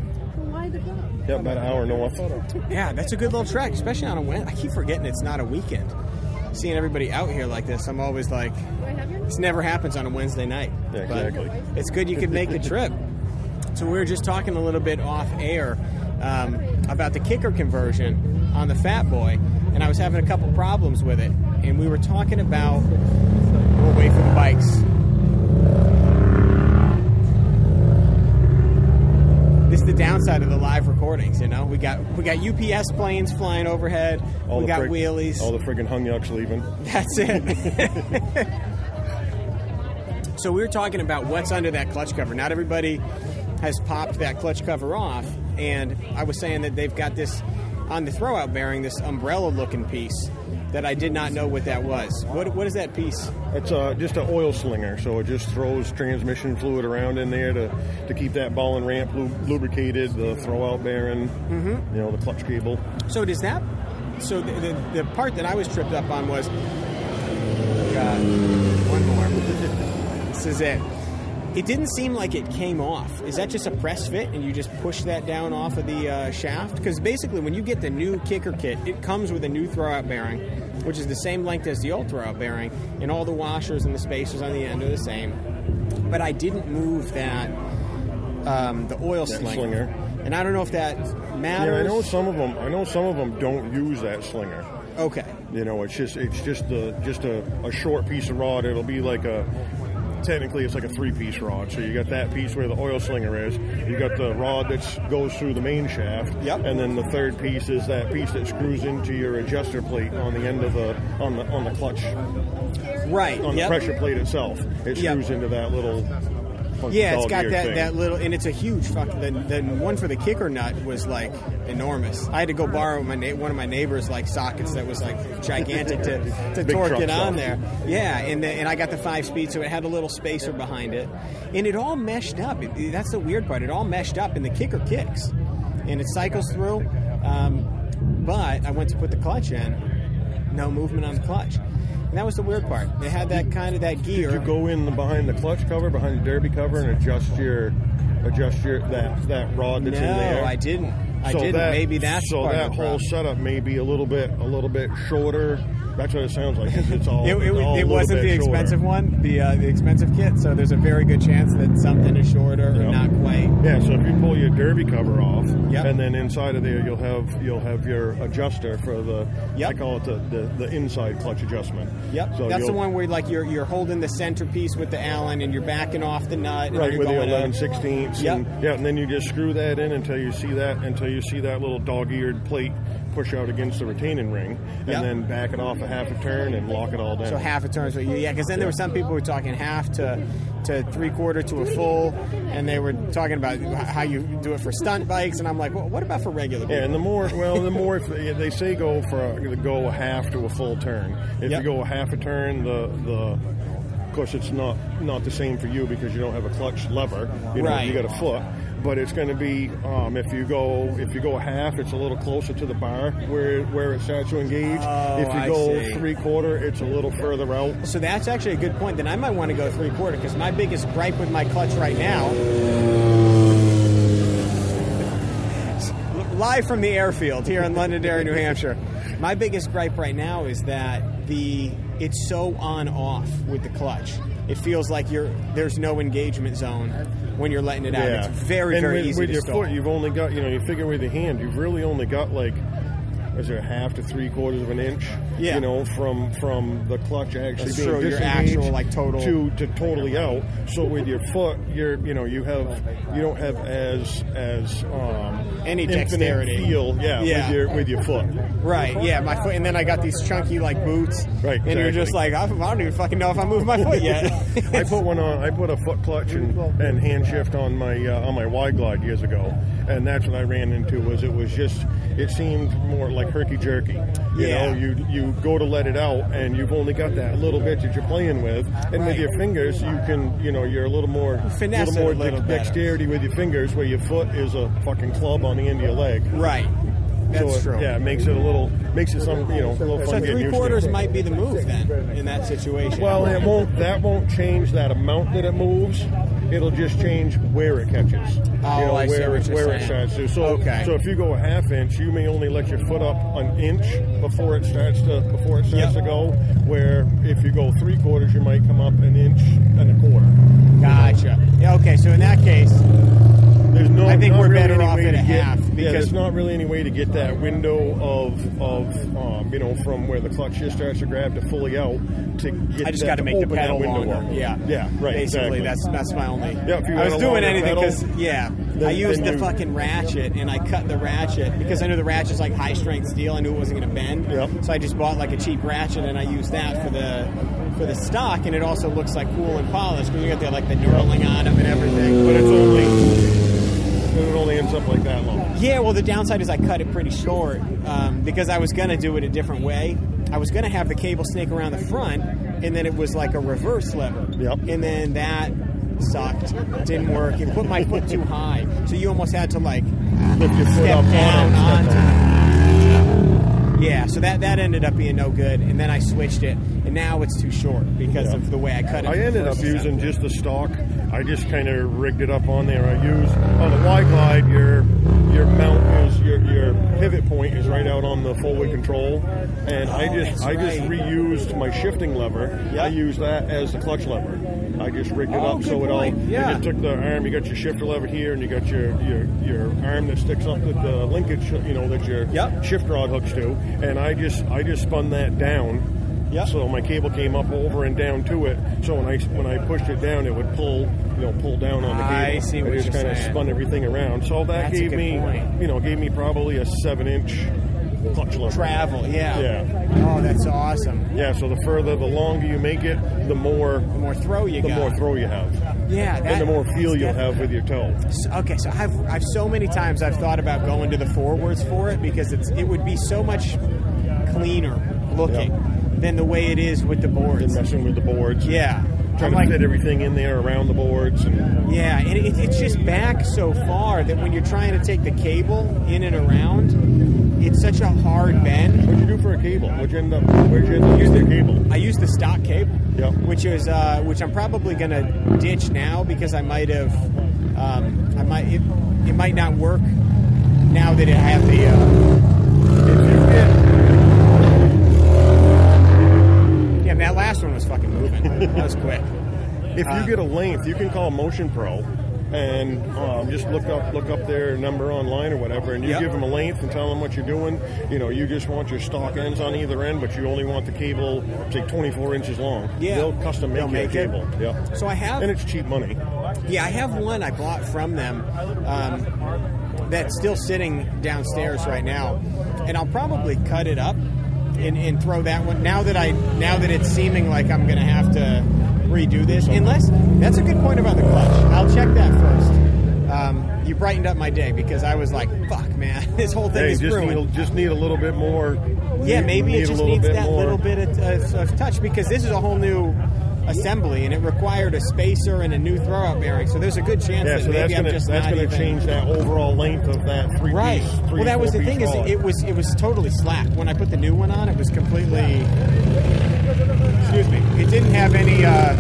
why the dog?
Yep, about an hour north.
Yeah, that's a good little trek, especially on a win. I keep forgetting it's not a weekend. Seeing everybody out here like this, I'm always like,
Do I have your
this never happens on a Wednesday night.
Yeah,
But
exactly.
It's good you could make the trip. So we were just talking a little bit off air um, about the kicker conversion on the Fat Boy, and I was having a couple problems with it. And we were talking about. We'll wait for the bikes. This is the downside of the live recordings, you know. We got we got UPS planes flying overhead. we got
frig-
wheelies.
All the friggin' hung yucks leaving.
That's it. so we were talking about what's under that clutch cover. Not everybody has popped that clutch cover off, and I was saying that they've got this on the throwout bearing, this umbrella-looking piece that I did not know what that was. What what is that piece?
It's uh, just an oil slinger, so it just throws transmission fluid around in there to, to keep that ball and ramp lu- lubricated, the throwout bearing,
Mm-hmm.
you know, the clutch cable.
So does that? So the, the, the part that I was tripped up on was, oh God, one more. this is it. It didn't seem like it came off. Is that just a press fit, and you just push that down off of the uh, shaft? Because basically, when you get the new kicker kit, it comes with a new throwout bearing, which is the same length as the old throwout bearing, and all the washers and the spacers on the end are the same. But I didn't move that um, the oil
That
slinger.
slinger.
and I don't know if that matters.
Yeah, I know some of them. I know some of them don't use that slinger.
Okay.
You know, it's just it's just a just a, a short piece of rod. It'll be like a technically it's like a three piece rod. So you got that piece where the oil slinger is. You got the rod that goes through the main shaft.
Yep.
And then the third piece is that piece that screws into your adjuster plate on the end of the on the on the clutch on
Right.
the
yep.
pressure plate itself. It
Yep.
screws into that little. funky
Yeah, it's
dog
got
ear
that,
thing.
that little, and it's a huge fuck. The, the one for the kicker nut was like enormous. I had to go borrow my na- one of my neighbors' like sockets that was like gigantic to, to
Big
torque
truck
it on
stuff.
there. Yeah, and the, and I got the five speed, so it had a little spacer behind it, and it all meshed up. It- that's the weird part. It all meshed up, and the kicker kicks, and it cycles through. Um, but I went to put the clutch in, no movement on the clutch, and that was the weird part. It had that kind of that gear.
You go in the, behind the clutch cover, behind the derby cover, and adjust your adjust your that that rod that's
no,
in there.
I didn't. I
So
didn't.
that-
Maybe that's
so
part
that
of the
whole
problem.
setup may be a little bit a little bit shorter. That's what it sounds like. It's, it's all
It, it,
it's all a
it
little
wasn't
bit
the
shorter.
expensive one, the uh, the expensive kit. So there's a very good chance that something is shorter or
Yep.
not quite.
Yeah, so if you pull your derby cover off,
Yep.
and then inside of there you'll have you'll have your adjuster for the
Yep.
I call it the, the, the inside clutch adjustment.
Yep,
So
that's the
you'll-
one where like you're you're holding the centerpiece with the Allen and you're backing off the nut. and
Right
you're
with the
going up.
eleven sixteenths.
Yep.
And, yeah, and then you just screw that in until you see that until you see that little dog-eared plate push out against the retaining ring, and
Yep.
then back it off a half a turn and lock it all down.
So half a turn. So yeah, because then there were some people who were talking half to to three quarter to a full, and they were talking about how you do it for stunt bikes, and I'm like, well, what about for regular?
Yeah,
bikes?
and the more well, the more if they, they say go for a, go a half to a full turn. If
Yep.
you go a half a turn, the the of course it's not not the same for you because you don't have a clutch lever. You know,
Right.
you got a foot. But it's going to be um, if you go if you go a half, it's a little closer to the bar where where it starts to engage.
Oh,
if you
I
go
see.
three quarter, it's a little further out.
So that's actually a good point. Then I might want to go three quarter because my biggest gripe with my clutch right now. Live from the airfield here in Londonderry, New Hampshire. My biggest gripe right now is that the it's so on off with the clutch. It feels like you're there's no engagement zone when you're letting it out. It's very
and
very
with,
easy
with
to
your
stall.
foot. You've only got you know you figure with your hand, you've really only got like is there a half to three quarters of an inch?
Yeah.
you know from from the clutch actually
That's
being
true, your
disengaged
actual, like, total-
to to totally out. So with your foot, you're you know you have you don't have as as um,
Any
infinite
dexterity.
feel yeah,
Yeah.
with your with your foot.
Right, yeah, my foot, and then I got these chunky like boots,
Right,
And you're
exactly.
just like, I don't even fucking know if I moved my foot yet.
I put one on. I put a foot clutch and, and hand shift on my uh, on my wide glide years ago, and that's what I ran into. Was it was just it seemed more like herky jerky. You
Yeah.
know, you you go to let it out, and you've only got that little bit that you're playing with, and
Right.
with your fingers, you can you know you're a little more
Finesse
little more
it a little
dex-
better.
dexterity with your fingers, where your foot is a fucking club on the end of your leg.
Right. That's
so it,
true.
Yeah, it makes it a little makes it some you know a little fun
So
getting
three
used to.
quarters might be the move then in that situation.
Well, it won't. That won't change that amount that it moves. It'll just change where it catches.
Oh,
you know,
I see
where,
what you're
where
saying.
it starts to. So,
Okay.
so if you go a half inch, you may only let your foot up an inch before it starts to before it
Yep.
starts to go. Where if you go three quarters, you might come up an inch and a quarter.
gotcha. Yeah, okay, so in that case,
There's no.
I think
not
we're
really
better
any
off
way
at
to
a
get-
half
yeah,
because-
there's not really any way to get that window of of um, you know from where the clutch just starts to grab to fully out to get.
I just
that-
got to make the
open that
pedal
window
longer.
up.
Yeah,
Yeah. Right.
Basically,
exactly.
that's that's my only.
Yeah, if you
I
want
was
a
doing
longer
anything
pedal,
because yeah,
then-
I used
then
the
you-
fucking ratchet and I cut the ratchet because I knew the ratchet's like high strength steel. I knew it wasn't going to bend.
Yep.
So I just bought like a cheap ratchet and I used that for the for the stock, and it also looks like cool and polished because you got the like the knurling on them and everything.
but it's only it only ends up like that long.
Yeah, well, the downside is I cut it pretty short um, because I was going to do it a different way. I was going to have the cable snake around the front, and then it was like a reverse lever.
Yep.
And then that sucked. Didn't work. It put my foot too high. So you almost had to, like,
Lift your foot
step
up
down
on it.
onto
step down.
yeah, so that, that ended up being no good. And then I switched it, and now it's too short because
Yeah.
of the way I cut it.
I
the
ended
first
up
time.
using just the stock. I just kind of rigged it up on there. I used on the Y glide your your mount is your your pivot point is right out on the forward control, and I
Oh,
just
that's
I just
right.
reused my shifting lever.
Yeah.
I used that as the clutch lever. I just rigged it
Oh,
up
good
so it all
point. Yeah.
you just took the arm. You got your shifter lever here, and you got your your, your arm that sticks up with the linkage. You know that your
Yep.
shift rod hooks to, and I just I just spun that down.
Yep.
So my cable came up over and down to it. So when I when I pushed it down, it would pull, you know, pull down on the cable.
I see what
I just
you're
kind
saying.
of spun everything around. So that
That's a
gave
good
me,
point.
you know, gave me probably a seven inch clutch lever.
Travel, yeah.
Yeah.
Oh, that's awesome.
Yeah. So the further, the longer you make it, the more
The more throw you
the
got.
more throw you have,
yeah, that,
and the more feel
that's
you'll have with your toe.
So- okay, so I've, I've so many times I've thought about going to the forwards for it because it's it would be so much cleaner looking than the way it is with the
And
boards.
messing with the boards.
Yeah, I'm
Trying to
like,
fit everything in there around the boards. And,
yeah, and it, it's just back so far that when you're trying to take the cable in and around, it's such a hard bend.
what'd you do for a cable? What'd you end up? Where'd you end up using your cable?
I use the stock cable,
Yeah.
which is uh, which I'm probably gonna ditch now because I might have, um, I might it, it might not work now that it have the. Uh, Yeah, that last one was fucking moving. That was quick.
If you get a length, you can call Motion Pro and um, just look up look up their number online or whatever, and you
Yep.
give them a length and tell them what you're doing. You know, you just want your stock ends on either end, but you only want the cable say 24 inches long.
Yeah.
they'll custom make
They'll
that
make it.
cable. Yeah,
So I have-
and it's cheap money.
Yeah, I have one I bought from them um, that's still sitting downstairs right now, and I'll probably cut it up and, and throw that one. Now that I now that it's seeming like I'm going to have to redo this, unless that's a good point about the clutch. I'll check that first. Um, you brightened up my day because I was like, "Fuck, man, this whole thing
Hey,
is
just
ruined."
need, a- just need a little bit more.
Yeah,
need-
maybe
need
it
a
just
little
needs
bit
that
more.
little bit of, of, of touch because this is a whole new assembly and it required a spacer and a new throwout bearing. So there's a good chance
Yeah,
that
so
maybe
that's
I'm
gonna
just
that's
not
gonna
even-
change that overall length of that three
Right.
piece. Three,
well, that was the
four-piece
thing is
rod.
it was it was totally slack. When I put the new one on, it was completely. Excuse me. It didn't have any. Uh,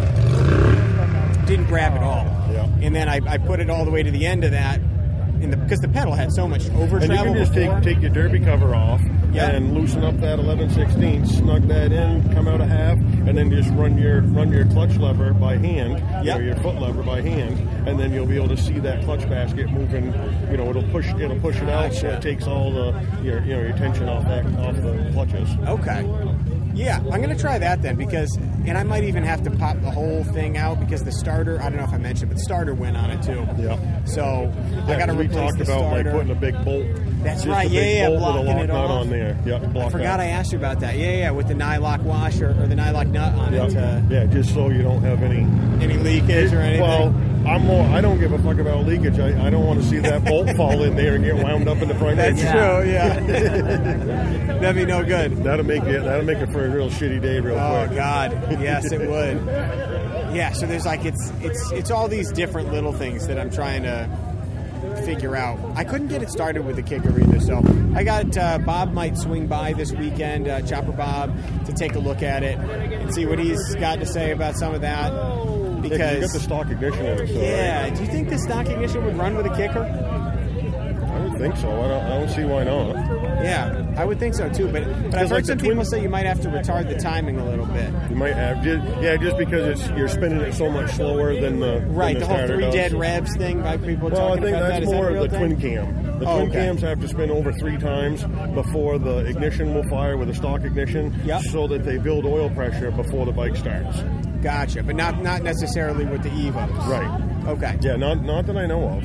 didn't grab at all.
Yeah.
And then I, I put it all the way to the end of that, in the because the pedal had so much over
And you
travel.
can just take,
before.
take your derby cover off
Yeah.
and loosen up that 11 16 snug that in, come out a half, and then just run your run your clutch lever by hand,
Yeah.
or your foot lever by hand, and then you'll be able to see that clutch basket moving. You know, it'll push it'll push it out, so
Gotcha.
it takes all the your you know your tension off that off the clutches.
Okay. Yeah, I'm gonna try that then because, and I might even have to pop the whole thing out because the starter. I don't know if I mentioned, but the starter went on it too.
Yeah.
So I got to
we
replace
talked
the
about
starter.
like putting a big bolt.
That's
just
right,
a
yeah,
big
yeah,
bolt with
blocking
a
it
lock nut
off.
on there. Yep,
I
block
forgot
that.
I asked you about that. Yeah, yeah, with the nylock wash or, or the nylock nut on
Yep.
it. Uh,
Yeah, just so you don't have any
any leakage or anything?
Well, I'm more, I don't give a fuck about leakage. I, I don't want to see that bolt fall in there and get wound up in the front
that's
end.
true. Yeah, that'd be no good.
That'll make it. That'll make it for a real shitty day, real
Oh
quick.
God, yes, it would. Yeah, so there's like it's it's it's all these different little things that I'm trying to figure out. I couldn't get it started with the kicker either, so I got uh, Bob might swing by this weekend, uh, Chopper Bob, to take a look at it and see what he's got to say about some of that.
Yeah, 'cause you got the
Because
stock ignition in it, so
yeah, do you think the stock ignition would run with a kicker?
I would think so. I don't, I don't see why not.
Yeah, I would think so too. But, but I've heard
Because, like,
some
the twin-
people say you might have to retard the timing a little bit.
You might have, just, yeah, just because it's you're spinning it so much slower than the than
Right, the whole
starter
three
does.
dead revs thing by people
Well, I
talking
think
about that.
that's
Is that
more
a real
the
thing?
twin cam. The
Oh,
twin
okay.
cams have to spin over three times before the ignition will fire with the stock ignition,
Yep.
so that they build oil pressure before the bike starts.
Gotcha, but not not necessarily with the Evo.
Right.
Okay.
Yeah, not not that I know of.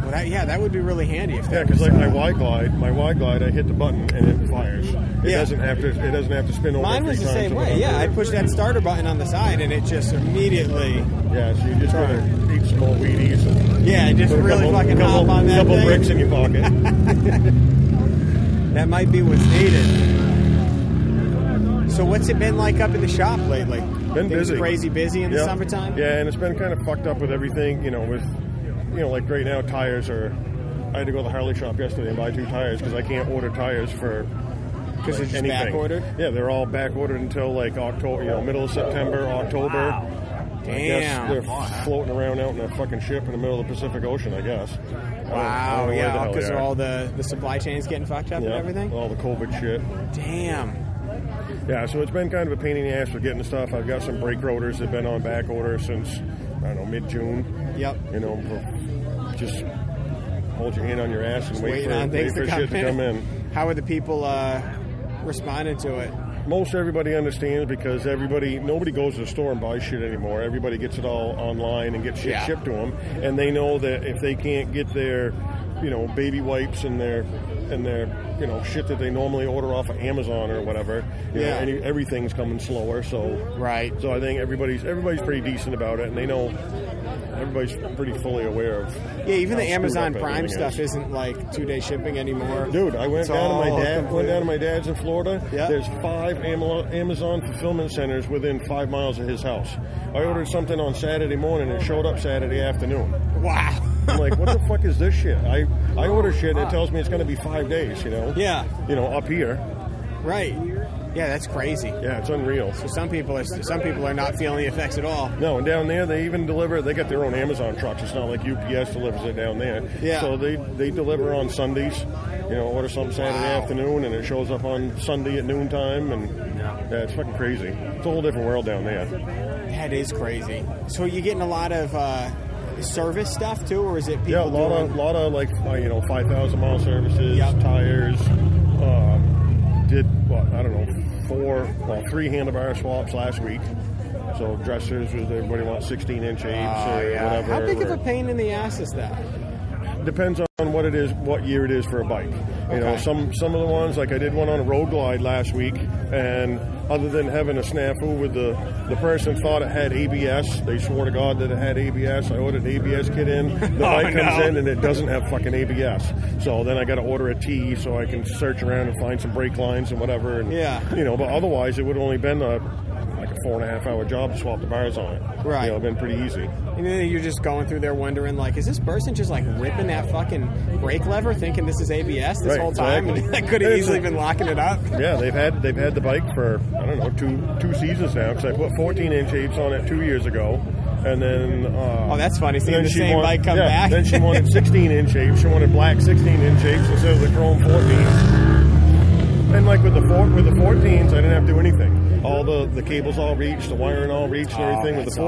Well, that, yeah, that would be really handy if.
Yeah,
that
because
was,
like my
uh,
Y glide, my Y glide, I hit the button and it fires. It
Yeah.
doesn't have to. It doesn't have to spin over.
Mine
three
was the
times
same
or
way. Yeah, I
whatever.
pushed that starter button on the side, and it just immediately.
yeah. So you just gotta eat some more Wheaties. And
Yeah, it just
put a
really
couple,
fucking
couple,
hop on that
couple
thing.
bricks in your pocket.
That might be what's needed. So what's it been like up in the shop lately?
been
Things
busy,
Crazy busy in the
Yeah.
summertime.
Yeah, and it's been kind of fucked up with everything. You know, with you know, like right now, tires are. I had to go to the Harley shop yesterday and buy two tires because I can't order tires for
because
like,
it's just
anything.
back ordered.
Yeah, they're all back ordered until like October, you know, middle of September, October. I
Damn.
guess they're floating around out in a fucking ship in the middle of the Pacific Ocean, I guess. I don't- I don't know
Wow,
where the
yeah,
hell
because
they
of
are.
all the, the supply chains getting fucked up
Yeah,
and everything.
All the COVID shit.
Damn.
Yeah, so it's been kind of a pain in the ass for getting the stuff. I've got some brake rotors that have been on back order since, I don't know, mid June.
Yep.
You know, for- just hold your hand on your ass and wait
Waiting
for,
on
wait
things
for
to come,
shit to
in.
come in.
How are the people uh, responding to it?
most everybody understands because everybody nobody goes to the store and buys shit anymore. Everybody gets it all online and gets shit
Yeah.
shipped to them, and they know that if they can't get their, you know, baby wipes and their and their you know shit that they normally order off of Amazon or whatever, you
Yeah.
know, any, everything's coming slower. So
Right.
so I think everybody's everybody's pretty decent about it, and they know everybody's pretty fully aware of.
Yeah, even the
how screwed
Amazon
up
Prime
everything
stuff is. not like two day shipping anymore.
Dude, I went
It's
down to
all
my dad.
complete-
Went down to my dad's in Florida.
Yeah.
There's five Amalo- Amazon fulfillment centers within five miles of his house. I ordered something on Saturday morning and it showed up Saturday afternoon.
Wow.
I'm like, what the fuck is this shit? I I order shit and it tells me it's going to be five days. You know.
Yeah.
You know, up here,
right. Yeah, that's crazy.
yeah, it's unreal.
So some people are some people are not feeling the effects at all.
No, and down there they even deliver. They got their own Amazon trucks. It's not like UPS delivers it down there.
Yeah.
So they they deliver on Sundays. You know, order something Saturday
Wow.
afternoon, and it shows up on Sunday at noontime, and yeah. it's fucking crazy. It's a whole different world down there.
That is crazy. So you're getting a lot of uh, service stuff too, or is it people?
Yeah, a lot
doing,
of lot of like uh, you know five thousand mile services,
Yep.
tires. Um, did what I don't know four, well three handlebar swaps last week. So dressers, with everybody wants sixteen inch apes
Oh,
or
yeah.
whatever.
How big of
or-
a pain in the ass is that?
depends on what it is, what year it is for a bike. You know,
Okay.
some some of the ones like I did one on a road glide last week, and other than having a snafu with the the person thought it had ABS, they swore to God that it had ABS. I ordered an ABS kit in, the
Oh,
bike comes in and it doesn't have fucking ABS. So then I got to order a T so I can search around and find some brake lines and whatever. And,
Yeah.
you know, but otherwise it would only been a like a four and a half hour job to swap the bars on it.
Right.
you know, been pretty easy.
And then you're just going through there wondering, like, is this person just like ripping that fucking brake lever, thinking this is ABS this
Right,
whole time?
exactly.
I could have
It's
easily
like-
been locking it up.
Yeah, they've had they've had the bike for I don't know two two seasons now because I put 14 inch apes on it two years ago, and then uh,
Oh, that's funny, seeing
then
the
she
same
want-
bike come
yeah,
back.
Then she wanted 16 inch apes. She wanted black 16 inch apes instead of the chrome 14s. And like with the four, with the 14s, I didn't have to do anything. All the the cables all reached, the wiring all reached, and
Oh,
everything with
that's
the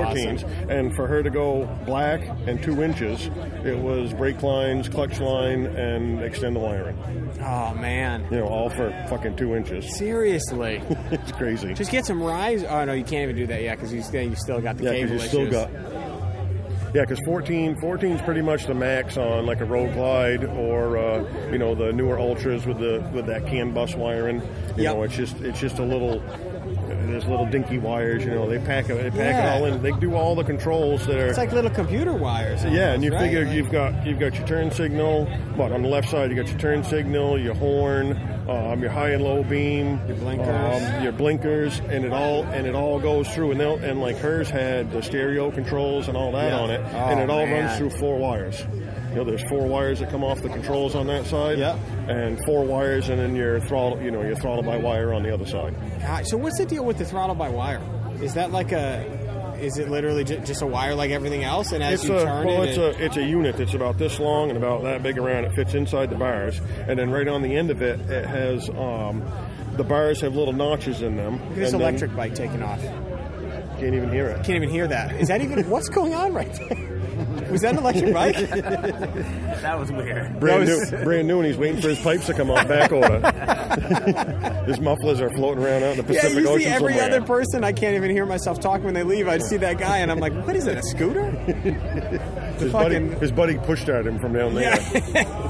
14s. And for her to go black and two inches, it was brake lines, clutch line, and extend the wiring.
Oh man,
You know, all for fucking two inches.
seriously.
it's crazy.
Just get some rise. Oh no, you can't even do that yet because you still you still got the
yeah, because
cable
you
issues.
still got. Yeah, because 14, 14 is pretty much the max on like a road glide or uh, you know the newer ultras with the with that CAN bus wiring. You
Yep.
know, it's just it's just a little. There's little dinky wires. You know, they pack it. They pack
Yeah.
it all in. They do all the controls that are.
It's like little computer wires.
Yeah, and
almost,
you
right?
figure
Like-
you've got you've got your turn signal. But on the left side, you got your turn signal, your horn, um, your high and low beam,
Your blinkers.
um, your blinkers, and it all and it all goes through. And they'll, and like hers had the stereo controls and all that
Yeah.
on it,
Oh,
and it all
man.
runs through four wires. You know, there's four wires that come off the controls on that side,
Yep.
and four wires, and then your throttle, you know, your throttle by wire on the other side.
God, so what's the deal with the throttle by wire? Is that like a? Is it literally j- just a wire like everything else? And as
it's
you
a
turn
well,
it,
it's
it-
a it's a unit that's about this long and about that big around. It fits inside the bars, and then right on the end of it, it has um, the bars have little notches in them.
look at this
and then-
electric bike taking off.
Can't even hear it.
Can't even hear that. Is that even what's going on right there? Was that an electric bike?
That was weird.
Brand
That was-
new, brand new, and he's waiting for his pipes to come off back order. His mufflers are floating around out in the
yeah,
Pacific
you see
Ocean
every
somewhere.
other person. I can't even hear myself talk when they leave. I see that guy and I'm like, what is it? A scooter? the
his,
fucking.
buddy, his buddy pushed at him from down there.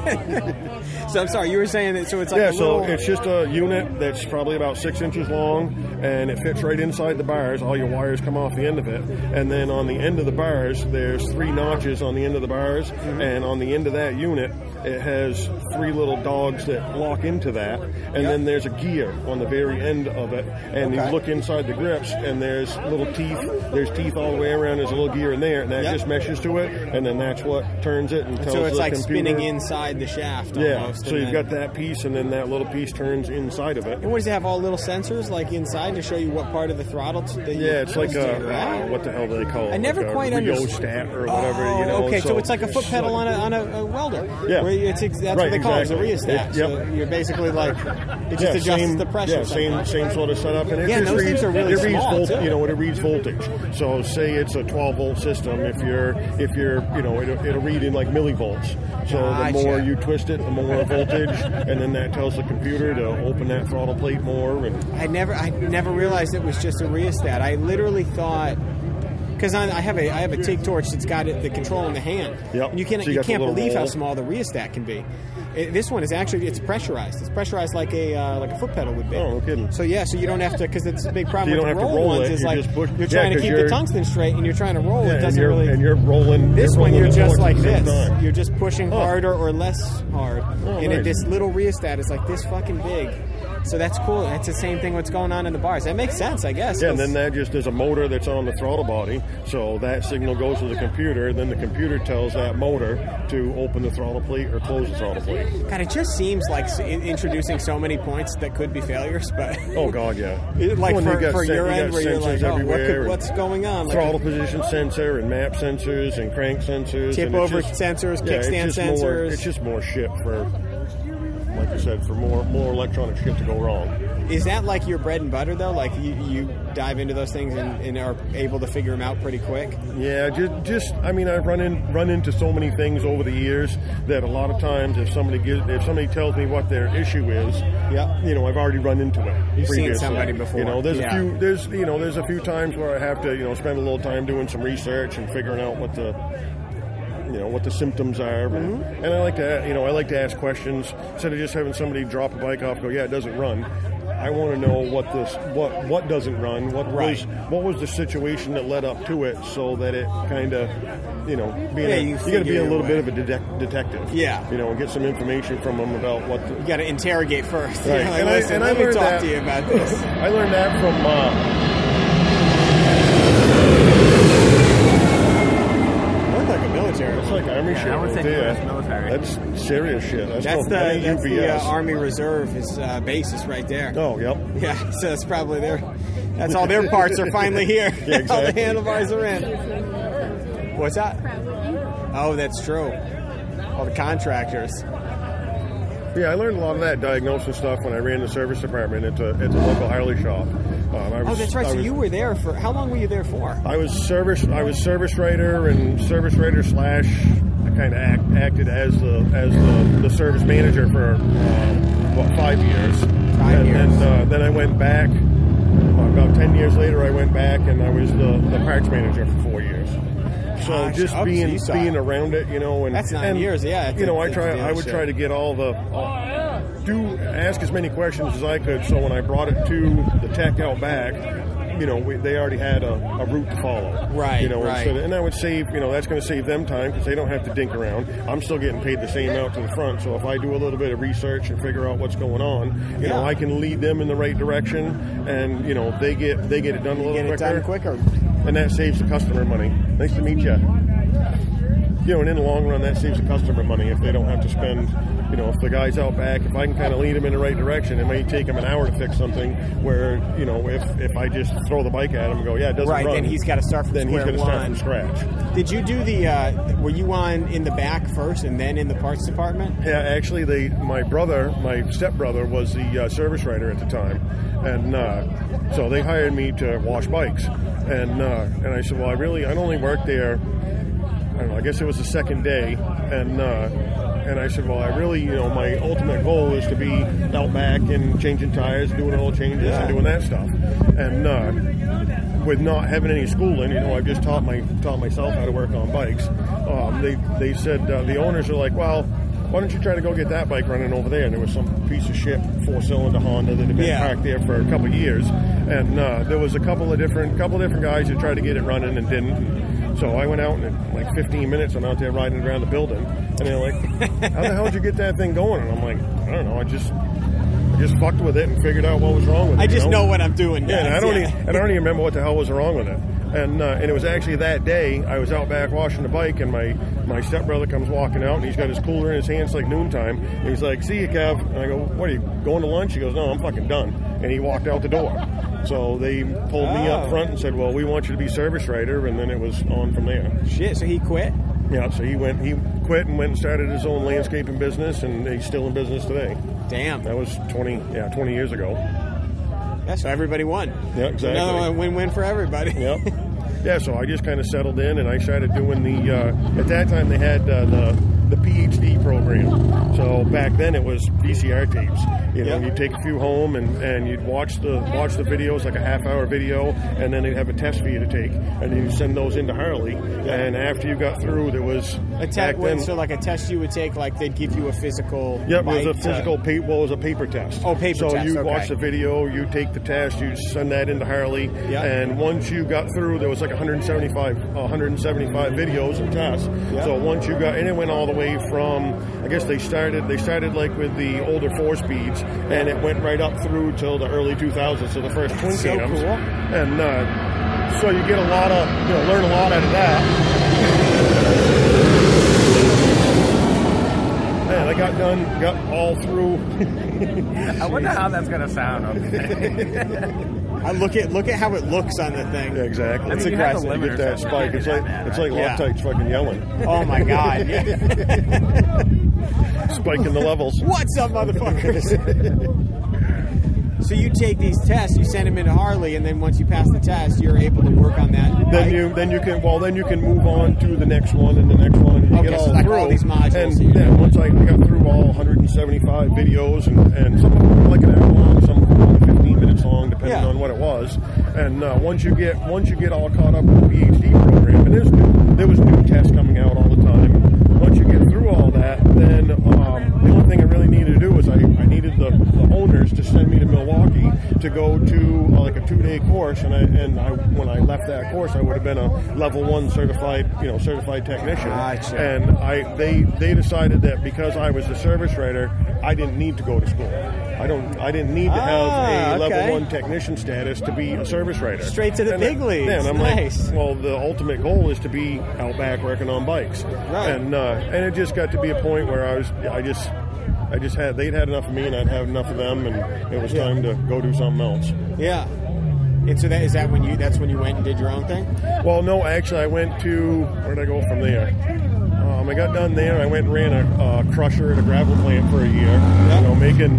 so I'm sorry. You were saying that. So it's like
yeah,
a
so
little,
it's just a unit that's probably about six inches long, and it fits right inside the bars. All your wires come off the end of it, and then on the end of the bars, there's three notches on the end of the bars,
Mm-hmm.
and on the end of that unit, it has three little dogs that lock into that, and then there's a gear on the very end of it, and
Okay.
you look inside the grips, and there's little teeth. There's teeth all the way around. There's a little gear in there, and that
Yep.
just meshes to it, and then that's what turns it and tells
so it's
the
like
computer.
spinning inside the shaft.
Yeah,
Almost,
so
and then-
you've got that piece, and then that little piece turns inside of
And
it.
what does it have? All little sensors like inside to show you what part of the throttle. T- that you-
Yeah, it's like
Wow.
a uh, what the hell do they call it?
I never
like a
quite
Rio
underst-
stat or whatever.
Oh,
you know,
okay, so, it's like a foot pedal on a, on a, a welder.
Yeah.
Where it's ex- that's what
Right,
they call it, it's a
exactly.
rheostat.
It-
So
yep.
you're basically like, it just
yeah,
adjusts
same,
the pressure.
Yeah, same,
somehow.
same sort of setup. And it
Yeah, and
just
those
reads,
things are really
it reads
small,
volt-
too.
You know, it reads voltage. So say it's a 12 volt system. If you're, if you're, you know, it'll, it'll read in like millivolts. So
Gotcha.
the more you twist it, the more voltage, and then that tells the computer to open that throttle plate more. And
I never I never realized it was just a rheostat. I literally thought because I have a I have a TIG torch that's got it, the control in the hand.
Yep.
And you can't
So you
you,
got the
can't
little
believe how
roll.
small the rheostat can be. It, this one is actually it's pressurized. It's pressurized like a uh, like a foot pedal would be.
Oh, no kidding.
So yeah, so you don't have to because it's a big problem.
So you
with
don't
the
have to
roll
roll
ones
it,
is
you
like
just push-
you're
yeah,
trying to
'cause
keep the
you're-
tungsten straight and you're trying to roll. it
and
doesn't
you're
really.
and you're rolling.
This
you're
one,
rolling
you're
the
just
torque
like
at the same
this.
time.
You're just pushing
Huh.
harder or less hard.
Oh,
and it,
nice.
this little rheostat is like this fucking big. So that's cool. That's the same thing what's going on in the bars. That makes sense, I guess.
Yeah, and then that just there's a motor that's on the throttle body, so that signal goes to the computer, and then the computer tells that motor to open the throttle plate or close the throttle plate.
God, it just seems like s- in- introducing so many points that could be failures, but.
Oh God, yeah.
It- like
When
for,
you got
for
sen-
your
you got
end, where you're
sensors
like, oh, what
everywhere,
could,
and
what's going on? Like,
throttle position sensor and map sensors and crank sensors,
Tip
and it's
over
just-
sensors,
yeah, it's
kickstand
just more-
sensors.
it's just more shit for, like I said, for more more electronic shit to go wrong.
Is that like your bread and butter though? Like you, you dive into those things and, and are able to figure them out pretty quick.
Yeah, just, just I mean, I've run in run into so many things over the years that a lot of times if somebody gives, if somebody tells me what their issue is,
Yeah.
you know, I've already run into it.
You've seen
previously.
somebody before.
You know, there's
Yeah.
a few, there's you know, there's a few times where I have to you know spend a little time doing some research and figuring out what the you know what the symptoms are, and,
Mm-hmm.
and I like to you know I like to ask questions instead of just having somebody drop a bike off. and Go, yeah, it doesn't run. I want to know what this what what doesn't run. What was what was the situation that led up to it, so that it kind of you know being
Yeah,
a-
you
you, got to
figure
be a
your
little
way.
bit of a detec detective.
Yeah.
you know, and get some information from them about what the,
You got to interrogate first.
Right.
You're like,
And I-
listen,
and I
let me
learned
talk
that-
to you about this.
I learned that from. Uh,
Work like a military.
that's like army shit.
I would
right
say
there.
US military.
That's serious shit. That's,
That's
no-
the
that ain't
that's the uh,
UPS.
Army Reserve is uh, basis right there.
Oh, yep.
Yeah, so that's probably their. That's all their parts are finally here.
Yeah,
all the
exactly.
handlebars are in. What's that?
Crap would be.
Oh, that's true. All the contractors.
Yeah, I learned a lot of that diagnosing stuff when I ran the service department at the, at the local Harley shop. Um, I
Oh,
was,
that's right.
I
So
was,
you were there for how long were you there for?
I was service. I was service writer and service writer slash. I kind of act, acted as the as the, the service manager for uh, what five years.
Five
and
years.
Then, uh, then I went back. uh, about ten years later, I went back and I was the, the parts manager for four years. So
Gosh,
just
oh, so
being
you saw it.
being around it, you know, and
That's nine
and,
years, yeah, it's
you know,
a-
I
it's a
try. I would
dealership.
try to get all the do ask as many questions as I could. So when I brought it to the tech out back, you know, we, they already had a, a route to follow.
Right,
You know,
right.
instead of- and that would save, you know, that's going to save them time because they don't have to dink around. I'm still getting paid the same out to the front. So if I do a little bit of research and figure out what's going on, you know,
Yeah.
I can lead them in the right direction and, you know, they get, they get it done a little
Get it
quicker
done quicker.
and that saves the customer money. Nice to meet you. You know, and in the long run, that saves the customer money if they don't have to spend. You know, if the guy's out back, if I can kind of lead him in the right direction, it may take him an hour to fix something. Where you know, if if I just throw the bike at him and go, yeah, it doesn't
Right,
run,
then he's gotta start from
then he's
square
gotta start
one.
from scratch.
Did you do the? Uh, were you on in the back first and then in the parts department?
Yeah, actually, they my brother, my stepbrother, was the uh, service writer at the time, and uh, so they hired me to wash bikes, and uh, and I said, well, I really I'd only work there. I don't know. I guess it was the second day, and uh, and I said, well, I really, you know, my ultimate goal is to be out back and changing tires, doing oil changes,
Yeah.
and doing that stuff, and. Uh, with not having any schooling, you know, I've just taught my taught myself how to work on bikes. Um, they they said uh, the owners are like, well, why don't you try to go get that bike running over there? And there was some piece of shit four cylinder Honda that had been
Yeah.
parked there for a couple of years, and uh, there was a couple of different couple of different guys that tried to get it running and didn't. So I went out and in like 15 minutes, I'm out there riding around the building, and they're like, how the hell did you get that thing going? And I'm like, I don't know, I just I just fucked with it and figured out what was wrong with it.
I
you
just know what I'm doing.
yeah, and I
guys.
don't,
Yeah.
Even, and I don't even remember what the hell was wrong with it. And uh, and it was actually that day I was out back washing the bike, and my my stepbrother comes walking out, and he's got his cooler in his hands like noontime. And he's like, "See you, Kev." And I go, "What are you going to lunch?" He goes, "No, I'm fucking done." And he walked out the door. So they pulled me
Oh.
up front and said, "Well, we want you to be service writer," and then it was on from there.
Shit. So he quit.
Yeah, so he went, he quit and went and started his own landscaping business, and he's still in business today.
Damn.
That was twenty, yeah, twenty years ago.
Yeah. So everybody won.
Yeah, exactly.
Another one, win-win for everybody.
Yep. Yeah, so I just kind of settled in and I started doing the. Uh, at that time, they had uh, the the PhD program. So back then, it was VCR tapes. You know,
Yep.
you'd take a few home and, and you'd watch the watch the videos, like a half hour video, and then they'd have a test for you to take, and then you send those into Harley. And after you got through, there was
A
back
tech,
then.
so like a test you would take, like they'd give you a physical.
Yep, it
bite
was
to-
a physical paper. Well, it was a paper test.
uh, Oh, paper
so
test,
you
okay.
watch the video, you take the test, you send that into Harley,
Yep.
and once you got through, there was like 175, 175 videos and tests.
Yep.
So once you got, and it went all the way from, I guess they started, they started like with the older four speeds, and it went right up through till the early 2000s, so the first twin
so
Kingdoms.
cool.
And uh, so you get a lot of, you know, learn a lot out of that. And I got done, got all through.
I wonder how that's gonna sound. I mean,
I look at look at how it looks on the thing.
Yeah, exactly.
That's
you have to
aggressive.
You
limit
get that
yourself.
spike. It's like it's like
Yeah.
Loctite's fucking yelling,
Oh my god. Yeah.
spiking the levels.
What's up, motherfuckers? So you take these tests, you send them into Harley, and then once you pass the test, you're able to work on that.
Then you then you can well then you can move on to the next one and the next one and you
Okay,
get
so
all
like
through
all these modules
And
that you
yeah, once I I got through all 175 videos and, and some of them were like an hour long, some of them were only 15 minutes long, depending
Yeah.
on what it was. And uh, once you get once you get all caught up with the PhD program, and there's new, there was new tests coming out all the time. Once you get through all that, then um, the only thing I really needed to do was I, I needed the, the owners to send me to Milwaukee to go to uh, like a two day course, and I and I when I left that course, I would have been a level one certified you know certified technician.
Gotcha.
And I they they decided that because I was the service writer, I didn't need to go to school. I don't I didn't need to have
Ah,
a level
okay.
one technician status to be a service writer.
Straight to the
And
big
I-
leagues.
Yeah, and I'm
Nice.
like, well, the ultimate goal is to be out back working on bikes.
Right.
And uh, and it just got to be a point where I was I just I just had they'd had enough of me and I'd had enough of them and it was time to go do something else.
Yeah. And so that is that when you that's when you went and did your own thing.
Well, no, actually, I went to where did I go from there? Um, I got done there. I went and ran a uh, crusher at a gravel plant for a year. You know, making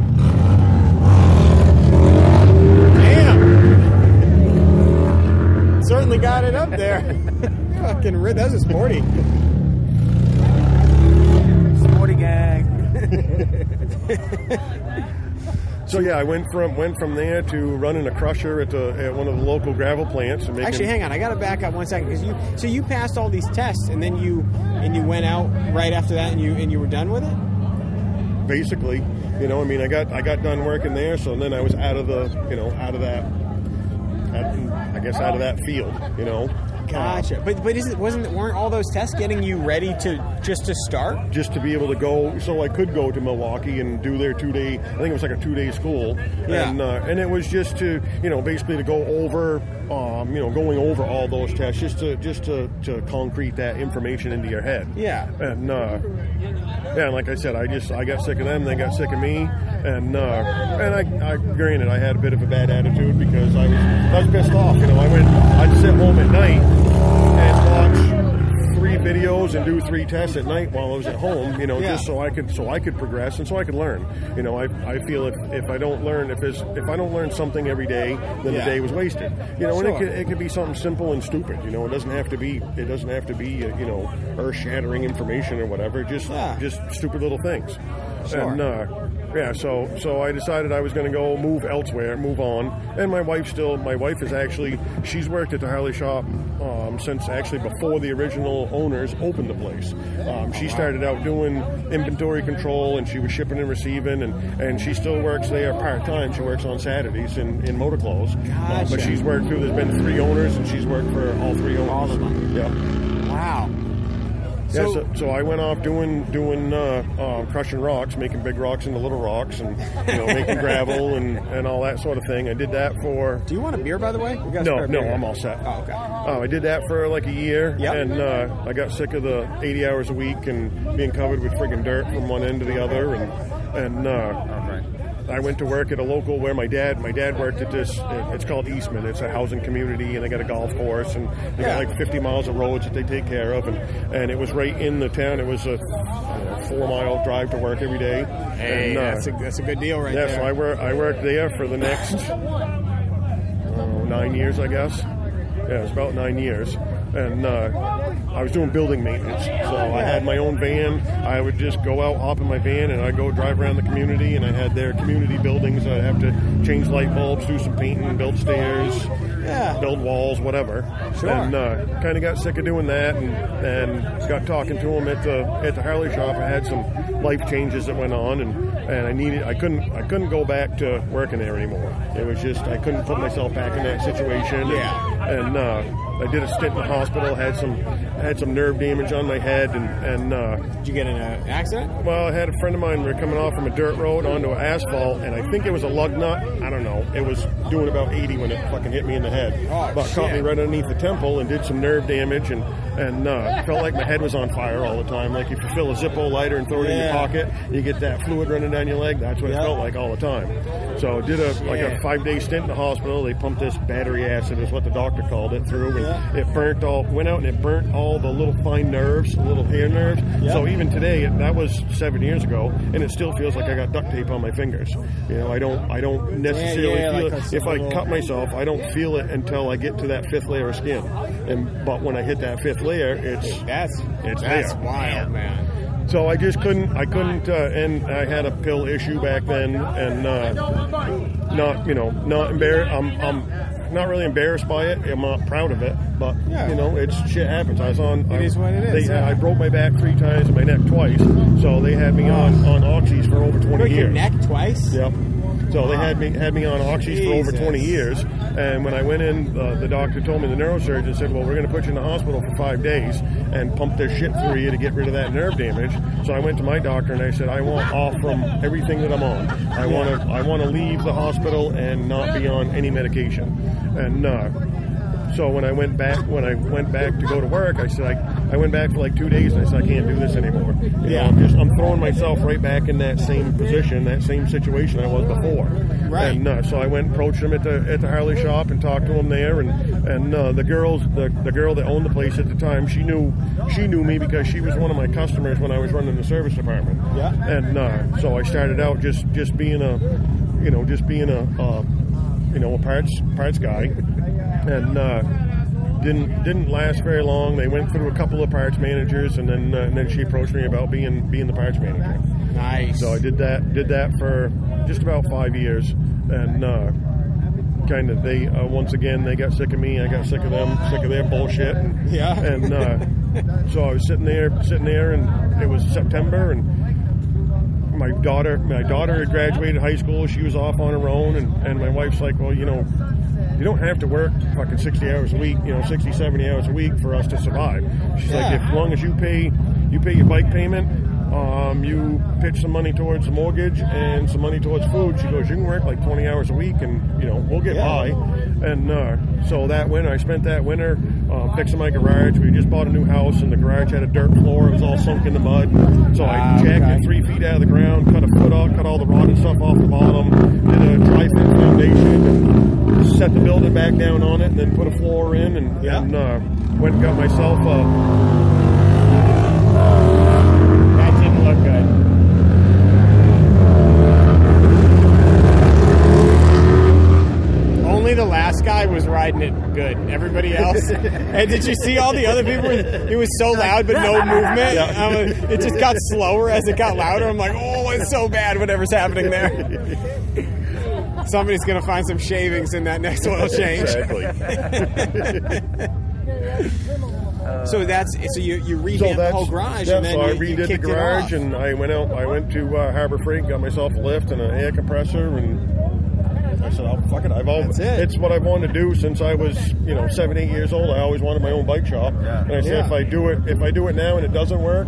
Damn. Certainly got it up there. Fucking ri- that was sporty.
Sporty gang.
so yeah, I went from went from there to running a crusher at the at one of the local gravel plants and making.
Actually, hang on. I got to back up one second because you so you passed all these tests and then you and you went out right after that and you and you were done with it.
basically, you know, I mean, I got I got done working there, so then I was out of the you know out of that. out- I guess out of that field, you know.
Gotcha. But but is it wasn't weren't all those tests getting you ready to just to start?
just to be able to go, so I could go to Milwaukee and do their two day. I think it was like a two day school,
Yeah.
and uh, and it was just to you know basically to go over, um, you know, going over all those tests just to just to, to concrete that information into your head.
Yeah.
and uh, yeah, and like I said, I just I got sick of them, they got sick of me, and uh, and I, I granted I had a bit of a bad attitude because I was I was pissed off. You know, I went I'd sit home at night and watch three videos and do three tests at night while I was at home. You know,
Yeah.
just so I could so I could progress and so I could learn. You know, I, I feel if, if I don't learn if it's, if I don't learn something every day, then
Yeah.
the day was wasted. You know, and it
Sure.
could, it could be something simple and stupid. You know, it doesn't have to be it doesn't have to be uh, you know earth shattering information or whatever. Just
Yeah.
just stupid little things.
Sure.
And uh, yeah, so so I decided I was going to go move elsewhere, move on. And my wife still, my wife is actually she's worked at the Harley shop um, since actually before the original owners opened the place. Um, she started out doing inventory control and she was shipping and receiving, and and she still works there part time. She works on Saturdays in in motor clothes. Uh,
Gotcha.
but she's worked through. There's been three owners, and she's worked for all three owners.
All of them.
Yeah.
Wow.
Yeah,
So,
so, so I went off doing doing uh, uh, crushing rocks, making big rocks into little rocks, and you know making gravel and, and all that sort of thing. I did that for
do you want a beer, by the way? We got a
no
spare
no
beer.
I'm all set.
Oh, okay.
Uh, I did that for like a year,
Yep.
and uh, I got sick of the 80 hours a week and being covered with friggin' dirt from one end to the other, and and uh, I went to work at a local where my dad my dad worked at this. it- It's called Eastman. It's a housing community, and they got a golf course, and they
Yeah.
got like 50 miles of roads that they take care of, and and it was right in the town. It was a you know, four mile drive to work every day.
Hey,
and, uh,
that's a that's a good deal right
yeah,
there.
so I work I worked there for the next I don't know, nine years, I guess. Yeah, it was about nine years, and uh, I was doing building maintenance. So I had my own van. I would just go out, hop in my van, and I would go drive around the community. And I had their community buildings. I'd have to change light bulbs, do some painting, build stairs,
Yeah.
build walls, whatever.
Sure.
And uh, kind of got sick of doing that, and, and got talking to him at the at the Harley shop. I had some life changes that went on, and, and I needed I couldn't I couldn't go back to working there anymore. It was just I couldn't put myself back in that situation.
Yeah.
And, uh, I did a stint in the hospital. Had some had some nerve damage on my head, and and. Uh,
Did you get in an accident?
well, I had a friend of mine. We were coming off from a dirt road onto asphalt, and I think it was a lug nut. I don't know. It was doing about 80 when it fucking hit me in the head.
Oh,
but caught me
shit.
right underneath the temple and did some nerve damage, and and uh, felt like my head was on fire all the time. Like if you fill a Zippo lighter and throw it
Yeah.
in your pocket, you get that fluid running down your leg. That's what
Yep.
it felt like all the time. So I did a like a
Shit.
five day stint in the hospital. They pumped this battery acid, is what the doctor called it, through, and
Yeah.
it burnt all went out and it burnt all the little fine nerves, the little hair nerves.
Yep.
So even today, it, that was seven years ago, and it still feels like I got duct tape on my fingers. You know, I don't I don't necessarily
yeah,
feel
like
it.
a
If I
little-
cut myself, I don't feel it until I get to that fifth layer of skin. And but when I hit that fifth layer, it's
That's
It's
that's
there.
wild, man.
so I just couldn't. I couldn't, uh, and I had a pill issue back then, and uh, not you know not embarrassed. I'm, I'm not really embarrassed by it. I'm not proud of it, but
Yeah.
you know it's shit happens. I was
It
on. I,
is what it is,
They,
yeah.
I broke my back three times and my neck twice, so they had me on on oxys for over 20
Broke your
years.
neck twice.
Yep. So they had me had me on oxys for over
Jesus.
20 years, and when I went in, uh, the doctor told me the neurosurgeon said, "Well, we're going to put you in the hospital for five days and pump this shit through you to get rid of that nerve damage." So I went to my doctor and I said, "I want off from everything that I'm on. I want to I want to leave the hospital and not be on any medication." And uh, so when I went back when I went back to go to work, I said I, I went back for like two days and I said I can't do this anymore. You know,
Yeah.
I'm just I'm throwing myself right back in that same position, that same situation I was before.
Right.
And, uh, so I went and approached him at the at the Harley shop and talked to him there, and and uh, the girls, the, the girl that owned the place at the time, she knew she knew me because she was one of my customers when I was running the service department.
Yeah.
And uh, so I started out just just being a, you know, just being a, uh, you know, a parts parts guy, and. Uh, didn't didn't last very long. They went through a couple of parts managers, and then uh, and then she approached me about being being the parts manager.
Nice.
So I did that did that for just about five years, and uh, kind of they uh, once again they got sick of me. I got sick of them, sick of their bullshit. And,
Yeah.
And uh, so I was sitting there, sitting there, and it was September, and my daughter my daughter had graduated high school. She was off on her own, and and my wife's like, well, you know. You don't have to work fucking 60 hours a week, you know, 60, 70 hours a week for us to survive. She's like,
Yeah.
if as long as you pay you pay your bike payment um, you pitch some money towards the mortgage and some money towards food she goes you can work like 20 hours a week and you know we'll get
Yeah.
by and uh, so that winter i spent that winter uh, fixing my garage we just bought a new house and the garage had a dirt floor it was all sunk in the mud so i
Ah,
jacked
okay.
it three feet out of the ground cut a foot off cut all the rotten stuff off the bottom did a dry fit foundation set the building back down on it and then put a floor in and,
Yeah.
and uh, went and got myself a
That didn't look good. Only the last guy was riding it good. Everybody else, and did you see all the other people? It was so loud, but no movement. Um, it just got slower as it got louder. I'm like, oh, it's so bad. Whatever's happening there. Somebody's gonna find some shavings in that next oil change.
Exactly.
So that's so you you
So
revamped the
that's
whole garage,
yeah,
and then
so I
you, you
redid the
kicked it off.
garage, and I went out. I went to uh, Harbor Freight, got myself a lift and an air compressor, and I said, "Oh fuck it! I've always
That's it.
it's what I've wanted to do since I was you know seven, eight years old. I always wanted my own bike shop, and I said,
Yeah.
if I do it, if I do it now and it doesn't work."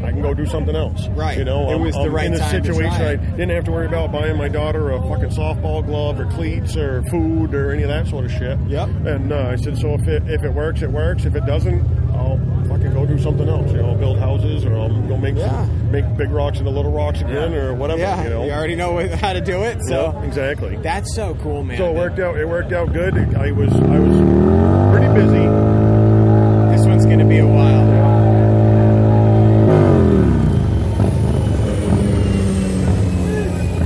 I can go do something else.
Right.
You know,
It
I'm-
was the
I'm
right
in a
time to
situation
try
I
it.
didn't have to worry about buying my daughter a fucking softball glove or cleats or food or any of that sort of shit.
Yep.
And uh, I said, so if it if it works, it works. If it doesn't, I'll fucking go do something else. You know, I'll build houses or I'll go make
Yeah.
make big rocks into little rocks again or whatever.
Yeah,
you know.
already know what- how to do it. So
Yeah, exactly.
that's so cool, man.
so it worked out. It worked out good. I was I was pretty busy.
This one's going to be a while.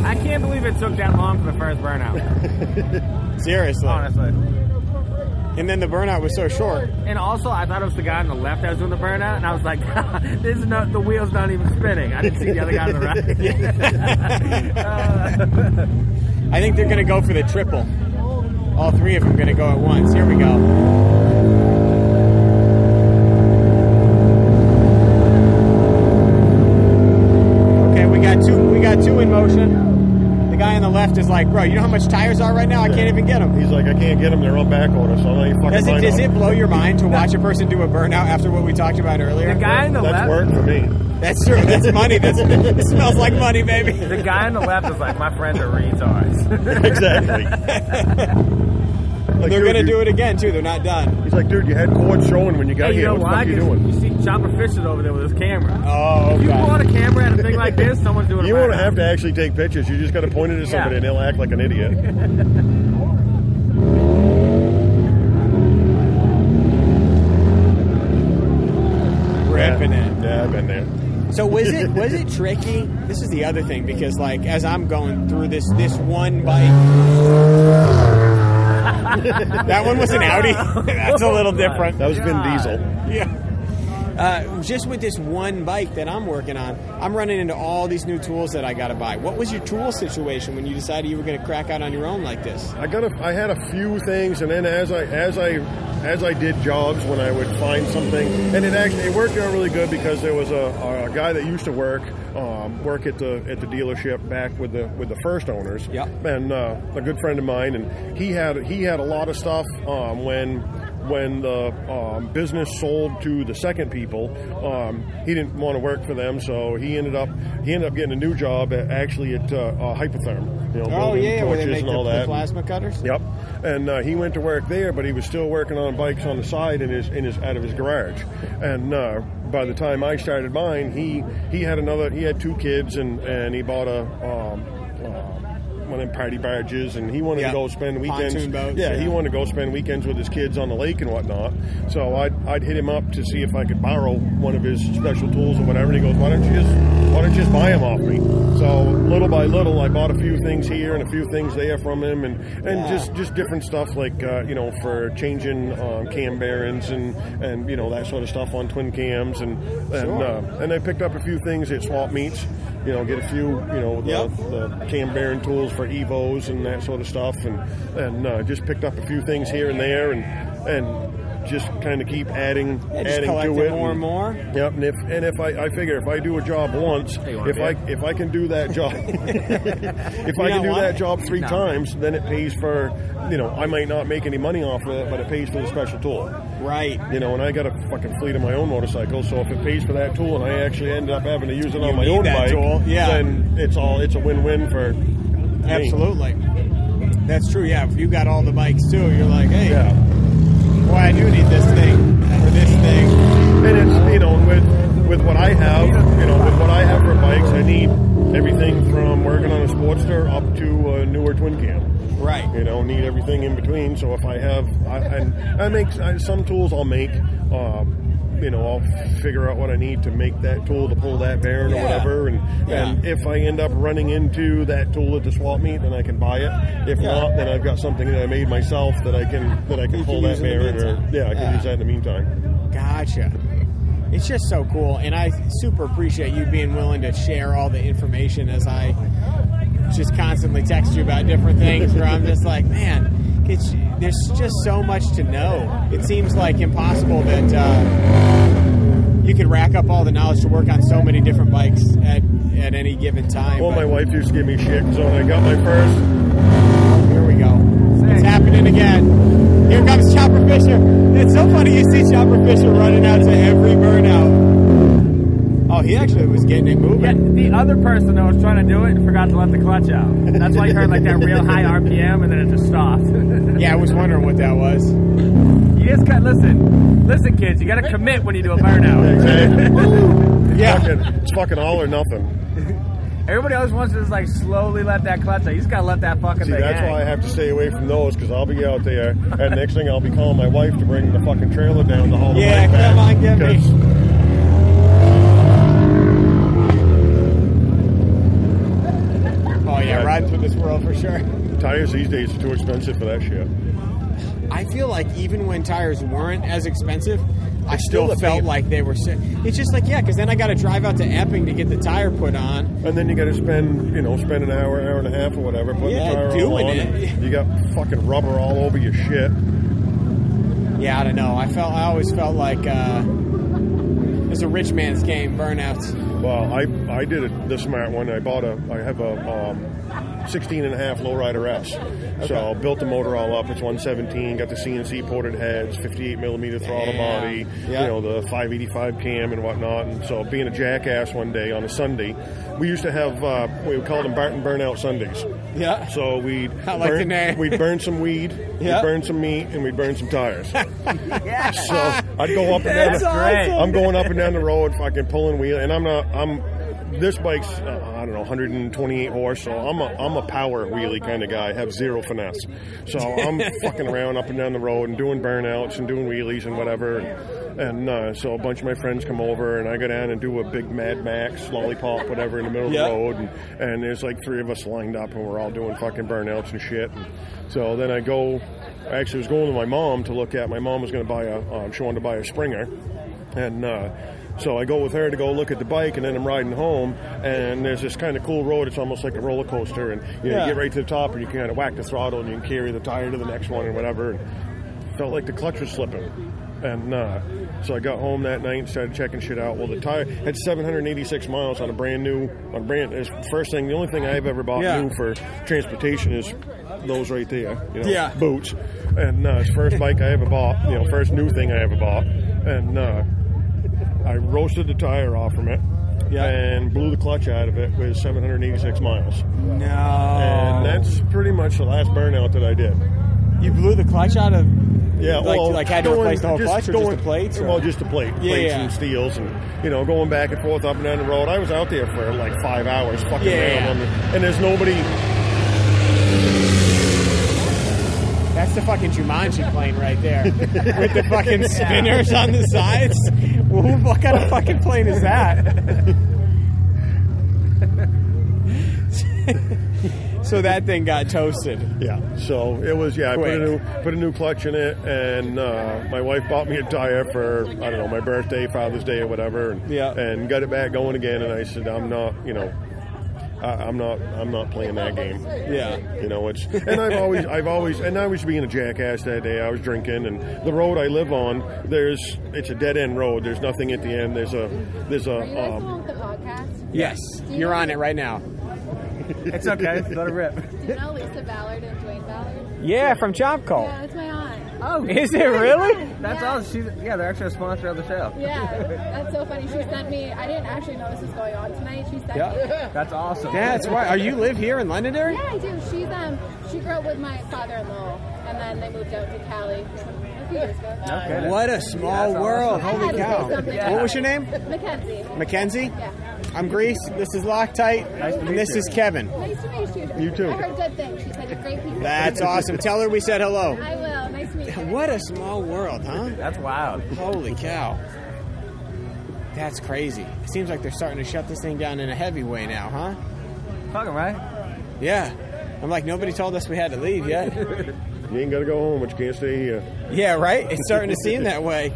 I can't believe it took that long for the first burnout.
Seriously.
Honestly.
And then the burnout was so short.
And also, I thought it was the guy on the left that was doing the burnout, and I was like, "This is not the wheels not even spinning." I didn't see the other guy on the right.
I think they're going to go for the triple. All three of them going to go at once. Here we go. Okay, we got two. We got two in motion. The guy on the left is like, bro, you know how much tires are right now? I can't even get them.
He's like, I can't get them. They're on back order. So now you fucking
Does it,
find
does
out.
it blow your mind to watch a person do a burnout after what we talked about earlier?
The guy on the
That's
left.
work for me.
That's true. That's money. That's, it smells like money, baby.
The guy on the left is like, "My friends are retards."
exactly. Like,
They're
dude,
gonna
you-
do it again too. They're not done.
He's like, dude, you had cords showing when you got
Hey, you
here.
know
what
why?
the fuck
'Cause
you doing?
see Chopper Fisher's over there with his camera.
Oh,
If you
God.
bought a camera and a thing like this, someone's doing
You
it.
won't have to actually take pictures. You just got to point it at somebody,
Yeah.
and they'll act like an idiot.
ripping it.
Yeah, I've been there.
So was it was it tricky? This is the other thing because like as I'm going through this this one bike, that one was an Audi. That's a little different.
That was Vin Diesel.
Yeah. Uh, just with this one bike that I'm working on, I'm running into all these new tools that I got to buy. What was your tool situation when you decided you were going to crack out on your own like this?
I got a, I had a few things, and then as I as I as I did jobs, when I would find something, and it actually it worked out really good because there was a, a guy that used to work um, work at the at the dealership back with the with the first owners,
Yeah.
and uh, a good friend of mine, and he had he had a lot of stuff um, when. When the um, business sold to the second people, um, he didn't want to work for them, so he ended up he ended up getting a new job at, actually at uh, uh, Hypotherm. You know,
Oh
building
yeah, where they
torches
make
and
the,
all
the
that.
plasma cutters.
Yep. And uh, he went to work there, but he was still working on bikes on the side in his in his out of his garage. And uh, by the time I started mine, he he had another he had two kids and and he bought a. Um, uh, one of them party barges, and he wanted
Yeah.
to go spend weekends.
Pontoon boats,
yeah,
yeah.
he wanted to go spend weekends with his kids on the lake and whatnot. So I'd, I'd hit him up to see if I could borrow one of his special tools or whatever. And he goes, "Why don't you just Why don't you just buy them off me?" So little by little, I bought a few things here and a few things there from him, and and
Yeah.
just just different stuff like uh, you know for changing um, cam bearings and and you know that sort of stuff on twin cams and and uh, and I picked up a few things at swap meets. You know, get a few you know the,
Yep.
the cam bearing tools for evos and that sort of stuff, and and uh, just picked up a few things here and there, and and just kind of keep adding
Yeah, just
adding
collecting
to it
more and more.
Yep, and if and if I, I figure if I do a job once,
you wanna
if
be
I
it?
if I can do that job, if I
don't
can do
want
that
it?
job three times, then it pays for you know I might not make any money off of it, but it pays for the special tool.
Right.
You know, and I got a fucking fleet of my own motorcycles, so if it pays for that tool and I actually end up having to use it on my
need
own
that
bike,
tool, yeah.
then it's all it's a win-win for me.
Absolutely. That's true. Yeah. If you got all the bikes too, you're like, hey,
Yeah.
boy, I do need this thing or this thing.
And it's you know with with what I have, you know with what I have for bikes, I need everything from working on a Sportster up to a newer twin cam.
Right.
You know, need everything in between. So if I have, I, and I make I, some tools, I'll make. Um, you know, I'll figure out what I need to make that tool to pull that bearing
Yeah.
or whatever, and
Yeah.
and if I end up running into that tool at the swap meet, then I can buy it. If
Yeah.
not, then I've got something that I made myself that I can that I can
You
pull
can use
that
in the
bearing, or
meantime.
yeah, I can
Yeah.
use that in the meantime.
Gotcha. It's just so cool, and I super appreciate you being willing to share all the information as I just constantly text you about different things. Where I'm just like, man, it's, there's just so much to know. It seems like impossible that uh, you could rack up all the knowledge to work on so many different bikes at, at any given time.
Well,
but-
my wife used to give me shit because when I got my first,
Here we go. It's happening again. Here comes Chopper Fisher. It's so funny you see Chopper Fisher running out to every burnout. Oh, he actually was getting it
Yeah,
moving.
the other person that was trying to do it forgot to let the clutch out. That's why you heard like that real high RPM and then it just stopped. you
Yeah, I was wondering what that was.
just got listen, listen, kids. You got to commit when you do a burnout.
fucking, it's fucking all or nothing.
Everybody else wants to just like slowly let that clutch out. You just got to let that fucking
See,
thing.
that's
hang.
why I have to stay away from those because I'll be out there, and next thing I'll be calling my wife to bring the fucking trailer down to haul the
Yeah,
bike
come on, get
back.
me.
'cause-
Oh, yeah, riding through this world for sure.
Tires these days are too expensive for that shit.
I feel like even when tires weren't as expensive, I
It's
still
still the
felt
same.
like they were sick. It's just like, yeah, because then I got to drive out to Epping to get the tire put on.
And then you got to spend, you know, spend an hour, hour and a half, or whatever, putting
Yeah,
the tire
doing
on.
it.
You got fucking rubber all over your shit.
Yeah, I don't know. I felt I always felt like uh, it was a rich man's game, burnouts.
Well, I I did it the smart one. I bought a, I have a um, 16 and a half lowrider S. So I built the motor all up. It's 117, got the CNC ported heads, 58 millimeter throttle body,
Yeah.
you know, the 585 cam and whatnot. And so being a jackass one day on a Sunday, we used to have, uh, we called them Barton Burnout Sundays.
Yeah.
So we'd
I like the
burn-
name.
we'd burn some weed,
Yeah.
we'd burn some meat, and we'd burn some tires. So I'd go up and down.
That's
the,
awesome.
I'm going up and down the road, fucking pulling wheel, and I'm not. I'm this bike's uh, I don't know 128 horse, so I'm a I'm a power wheelie kind of guy. I have zero finesse, so I'm fucking around up and down the road and doing burnouts and doing wheelies and whatever. And, and uh, so a bunch of my friends come over, and I go down and do a big Mad Max lollipop, whatever, in the middle
Yeah.
of the road road, and, and there's like three of us lined up, and we're all doing fucking burnouts and shit. And so then I go, I actually was going to my mom to look at. My mom was going to buy a, um, she wanted to buy a Springer, and uh, so I go with her to go look at the bike, and then I'm riding home, and there's this kind of cool road. It's almost like a roller coaster, and you, know,
Yeah.
you get right to the top, and you can kind of whack the throttle, and you can carry the tire to the next one, and whatever. And felt like the clutch was slipping. And uh, so I got home that night and started checking shit out. Well, the tire had 786 miles on a brand new, on a brand. It's first thing, the only thing I've ever bought
Yeah.
new for transportation is those right there. You know,
Yeah.
boots. And uh, it's the first bike I ever bought. You know, first new thing I ever bought. And uh, I roasted the tire off from it.
Yeah.
And blew the clutch out of it with 786 miles.
No. Oh.
And that's pretty much the last burnout that I did.
you blew the clutch out of.
Yeah,
Like,
well,
like had to
going-
replace the whole clutch or
going-
just the plates? Or?
Well, just the plate,
Yeah,
plates
yeah.
and steels, and you know, going back and forth up and down the road. I was out there for like five hours, fucking
Yeah,
around,
yeah.
on the- and there's nobody.
That's the fucking Jumanji plane right there, with the fucking spinners on the sides. Well, who- what kind of fucking plane is that? so that thing got toasted.
Yeah, so it was. Yeah, I put a
Quick.
new put a new clutch in it, and uh, my wife bought me a tire for I don't know my birthday, Father's Day, or whatever. And,
Yeah.
and got it back going again, and I said, I'm not, you know. I- I'm not. I'm not playing that game.
Yeah.
You know, it's and I've always, I've always, and I was being a jackass that day. I was drinking, and the road I live on, there's, it's a dead end road. There's nothing at the end. There's a, there's
Uh,
Are you
a,
guys still
um,
on the podcast?
Yes, you're on it right now.
It's okay. Let it rip.
Do you know Lisa Ballard and Dwayne Ballard?
Yeah, from Job Call.
Yeah, that's my aunt.
Oh,
Is it really?
That's
yeah.
all. She's yeah. They're actually a sponsor of the show.
Yeah, that's so funny. She sent me. I didn't actually know this was going on tonight. She sent
Yeah.
me.
That's awesome.
That's why. Are you live here in Londonderry?
Yeah, I do. She's um, she grew up with my father-in-law, and then they moved out to Cali a few years ago.
Okay.
What a small world!
I
Holy
had to
cow!
say something.
What was your name?
Mackenzie.
Mackenzie.
Yeah.
I'm Grease. This is Loctite,
Nice to
and
meet
this
you.
is Kevin.
Nice to meet you.
You too.
I heard good things. She said you're great people.
That's awesome. Tell her we said hello.
I will. Nice to meet you.
What a small world, huh?
That's wild.
Holy cow. That's crazy. It seems like they're starting to shut this thing down in a heavy way now, huh?
Fucking right.
Yeah. I'm like, nobody told us we had to leave yet.
you ain't gotta go home, but you can't stay here.
yeah, right? It's starting to seem that way.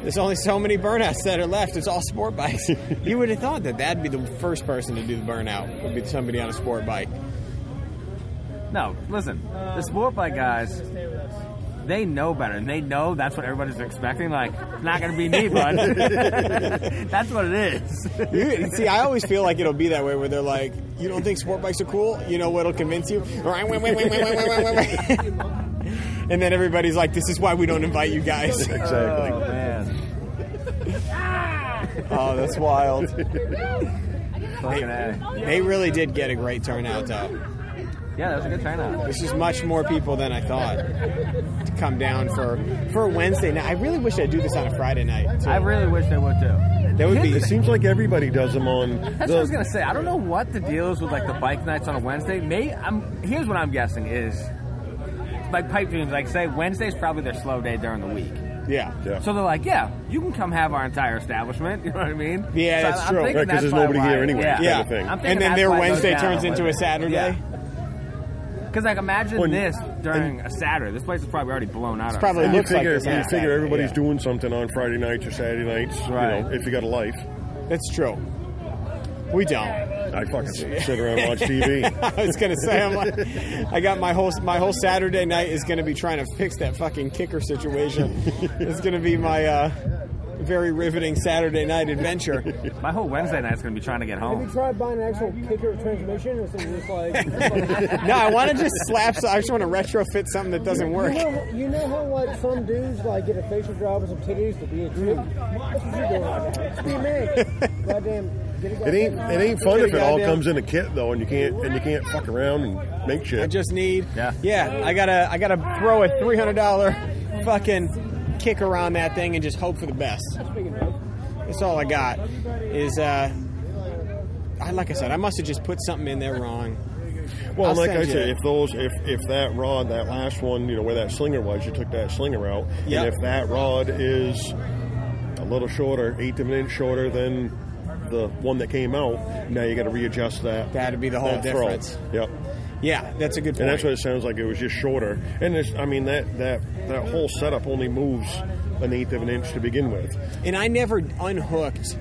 There's only so many burnouts that are left. It's all sport bikes. you would have thought that that'd be the first person to do the burnout, would be somebody on a sport bike.
No, listen. The sport bike guys, they know better, and they know that's what everybody's expecting. Like, it's not gonna be me, bud. that's what it is.
You, see, I always feel like it'll be that way where they're like, you don't think sport bikes are cool? You know what'll convince you? Or, "I went, went, went, went, went, went, went, went." and then everybody's like, this is why we don't invite you guys.
Exactly.
Oh man,
oh, that's wild.
fucking a.
They really did get a great turnout, though.
Yeah, that was a good turnout.
This is much more people than I thought to come down for for Wednesday night. I really wish I'd do this on a Friday night. too.
I really wish they would too.
that would be.
It seems like everybody does them on.
That's what I was gonna say. I don't know what the deal is with like the bike nights on a Wednesday. May I'm here's what I'm guessing is like pipe dreams. Like say Wednesday's probably their slow day during the week.
Yeah.
Yeah.
So they're like, yeah, you can come have our entire establiment. You know what I mean?
Yeah,
So
that's
I'm
true.
thinking
Right, 'cause
that's
there's
why-
nobody here
why-
anyway,
Yeah.
kind
Yeah.
of thing.
I'm thinking
And then
that's
their
why it goes
Wednesday
down
turns
on
into a
Wednesday.
Saturday.
Yeah. Because like imagine
When-
this during a Saturday. This place is probably already blown out. It's
probably
And you
Looks like
figure
this on
you figure
Saturday,
everybody's
yeah.
doing something on Friday nights or Saturday nights, you know,
Right.
if you got a life.
That's true. We don't.
I fucking sit around and watch TV.
I was gonna say, I'm like, I got my whole my whole Saturday night is gonna be trying to fix that fucking kicker situation. It's gonna be my uh, very riveting Saturday night adventure.
My whole Wednesday night's gonna be trying to get
Have you
home.
tried buying an actual kicker transmission or something just like?
no, I want to just slap. I just want to retrofit something that doesn't work.
You know, you know how like some dudes like get a facial job with some titties to be a dude. That's what you're doing. Just be a man. Goddamn. Get
It ain't it ain't fun if it all comes in a kit though, and you can't and you can't fuck around and make shit.
I just need.
Yeah.
Yeah. I gotta. I gotta throw a three hundred dollar fucking kick around that thing and just hope for the best. That's all I got. Is uh, I like I said, I must have just put something in there wrong.
Well,
I'll
like
send
I
you that.
said, if those, if if that rod, that last one, you know where that slinger was, you took that slinger out,
Yep.
and if that rod is a little shorter, eighth of an inch shorter than the one that came out, now you got to readjust that.
That'd be the whole
that throw.
difference.
Yep.
Yeah, that's a good point.
And that's what it sounds like. It was just shorter, and it's, I mean that that that whole setup only moves an eighth of an inch to begin with.
and I never unhooked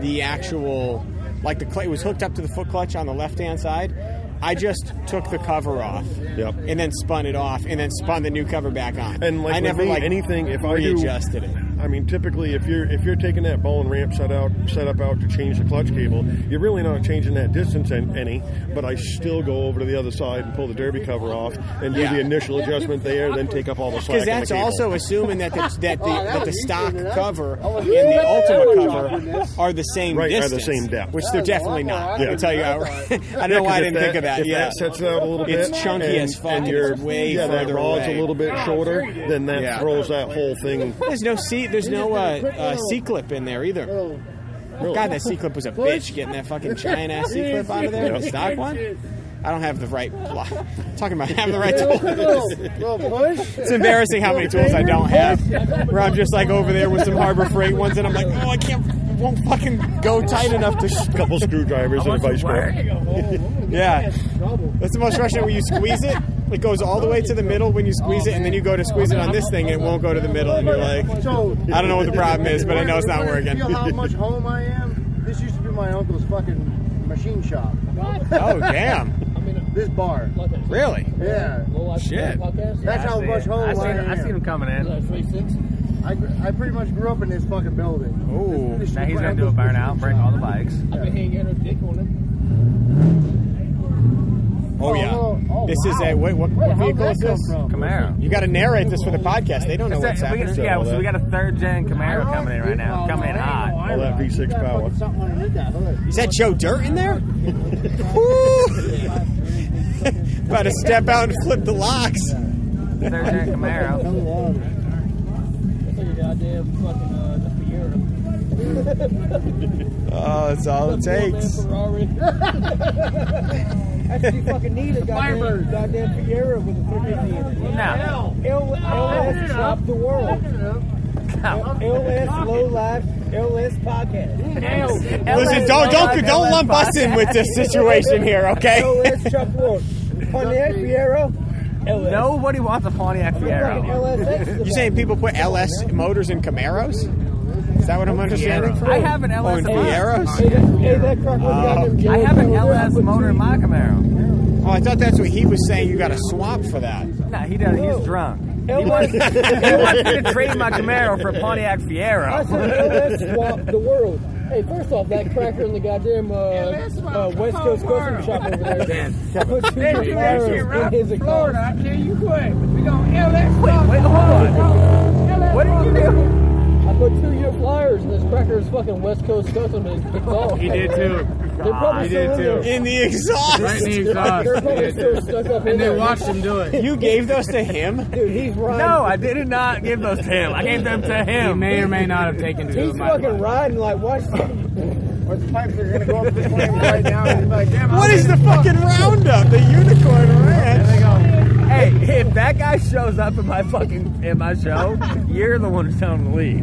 the actual like the clay was hooked up to the foot clutch on the left hand side. I just took the cover off,
Yep.
and then spun it off, and then spun the new cover back on.
And like
I
with
never
me,
like
anything if I do-
readjusted it.
I mean, typically, if you're if you're taking that ball and ramp set out set up out to change the clutch cable, you're really not changing that distance an- any. But I still go over to the other side and pull the derby cover off and do
Yeah.
the initial adjustment there, then take up all the slack.
Because
on the
that's
cable.
also assuming that the, Oh, that the, that Oh, the stock cover and
you
the
bet
Ultima
that was
cover are the same
Right, are the
distance.
same depth.
Which they're definitely not. I
Yeah.
can tell you. outright. I don't know
Yeah, 'cause
why I
if
didn't think of that.
If
Yeah.
that sets it out a little
It's
bit,
chunky
and,
as fuck.
and
It's
your
way
yeah, that
further
rod's
away.
a little bit shorter, then that
Yeah.
throws that whole thing.
there's no C. There's no uh, uh, C clip in there either. God, that C clip was a bitch getting that fucking giant ass C clip out of there. The stock one. I don't have the right. Talking about having the right tool.
Little push.
It's embarrassing how many tools I don't have. Where I'm just like over there with some Harbor Freight ones, and I'm like, oh, I can't, won't fucking go tight enough to. Sh-.
Couple screwdrivers and a vice grip.
Yeah, that's the most frustrating when you squeeze it. It goes all the way to the middle when you squeeze it, and then you go to squeeze it on this thing, and it won't go to the middle, and you're like,
So
I don't know what the problem is, but I know it's not working.
You know how much home I am? This used to be my uncle's fucking machine shop.
oh damn,
This bar.
really?
Yeah.
Shit.
That's how much home I,
I seen,
am.
I seen him coming in.
I, gr- I pretty much grew up in this fucking building.
Ooh,
This
Now
is
he's
my
gonna do a
uncle's
burnout, break all the bikes.
oh yeah. This is a wait. What, what vehicle is this?
Camaro.
You got to narrate this for the podcast. They don't know
Is that-
what's
we
happening.
got, yeah, so we got a third gen Camaro coming in right now, coming in hot.
All that V6 power.
Something underneath that hood.
Is that Joe Dirt in there? Woo! About to step out and flip the locks.
Third gen Camaro.
uh,
Oh, that's all it takes.
That's what you fucking need a goddamn, goddamn Fiera with a 350 in it.
No,
L- LS Shop the World. LS Low Life, LS Podcast.
Listen, don't don't don't lump us in with this situation here, okay?
LS Shop the World. Pontiac Fiero, LS.
Nobody wants a Pontiac
Fucking
Fiero.
LSX.
You saying people put LS motors in Camaros? Is that what I'm understanding?
I have an
Oh, in
LS.
Fieros?
Hey, that, hey, that truck was
Uh,
goddamn
I
jailed.
have an
Over there, I
LS
put
motor in
two-
my Camaro.
Oh, I thought that's what he was saying. You got to swap for that.
No, he does. He's drunk.
LS,
He wants me to trade my Camaro for a Pontiac
I
Fiero.
said LS Swap the World. Hey, first off, that cracker in the goddamn uh, uh, West Coast Custom Shop over there. Put two Camaros in his account.
I tell you what, we gonna LS. Wait,
Wait, hold on. What did you do?
I put two year flyers in this cracker's fucking West Coast Custom and kicked off. He did too. They're probably still in there.
In the exhaust.
They're probably still stuck up in there.
him do it.
You gave those to him?
Dude, he's riding.
No, I did not give those to him. I gave them to him.
May or may not have taken two
He's fucking riding like watch. Or the pipes are gonna go up the flame right now. And he's like, damn,
What is the fucking roundup? The unicorn ranch.
Hey, if that guy shows up in my fucking in my show, you're the one who's telling him to leave.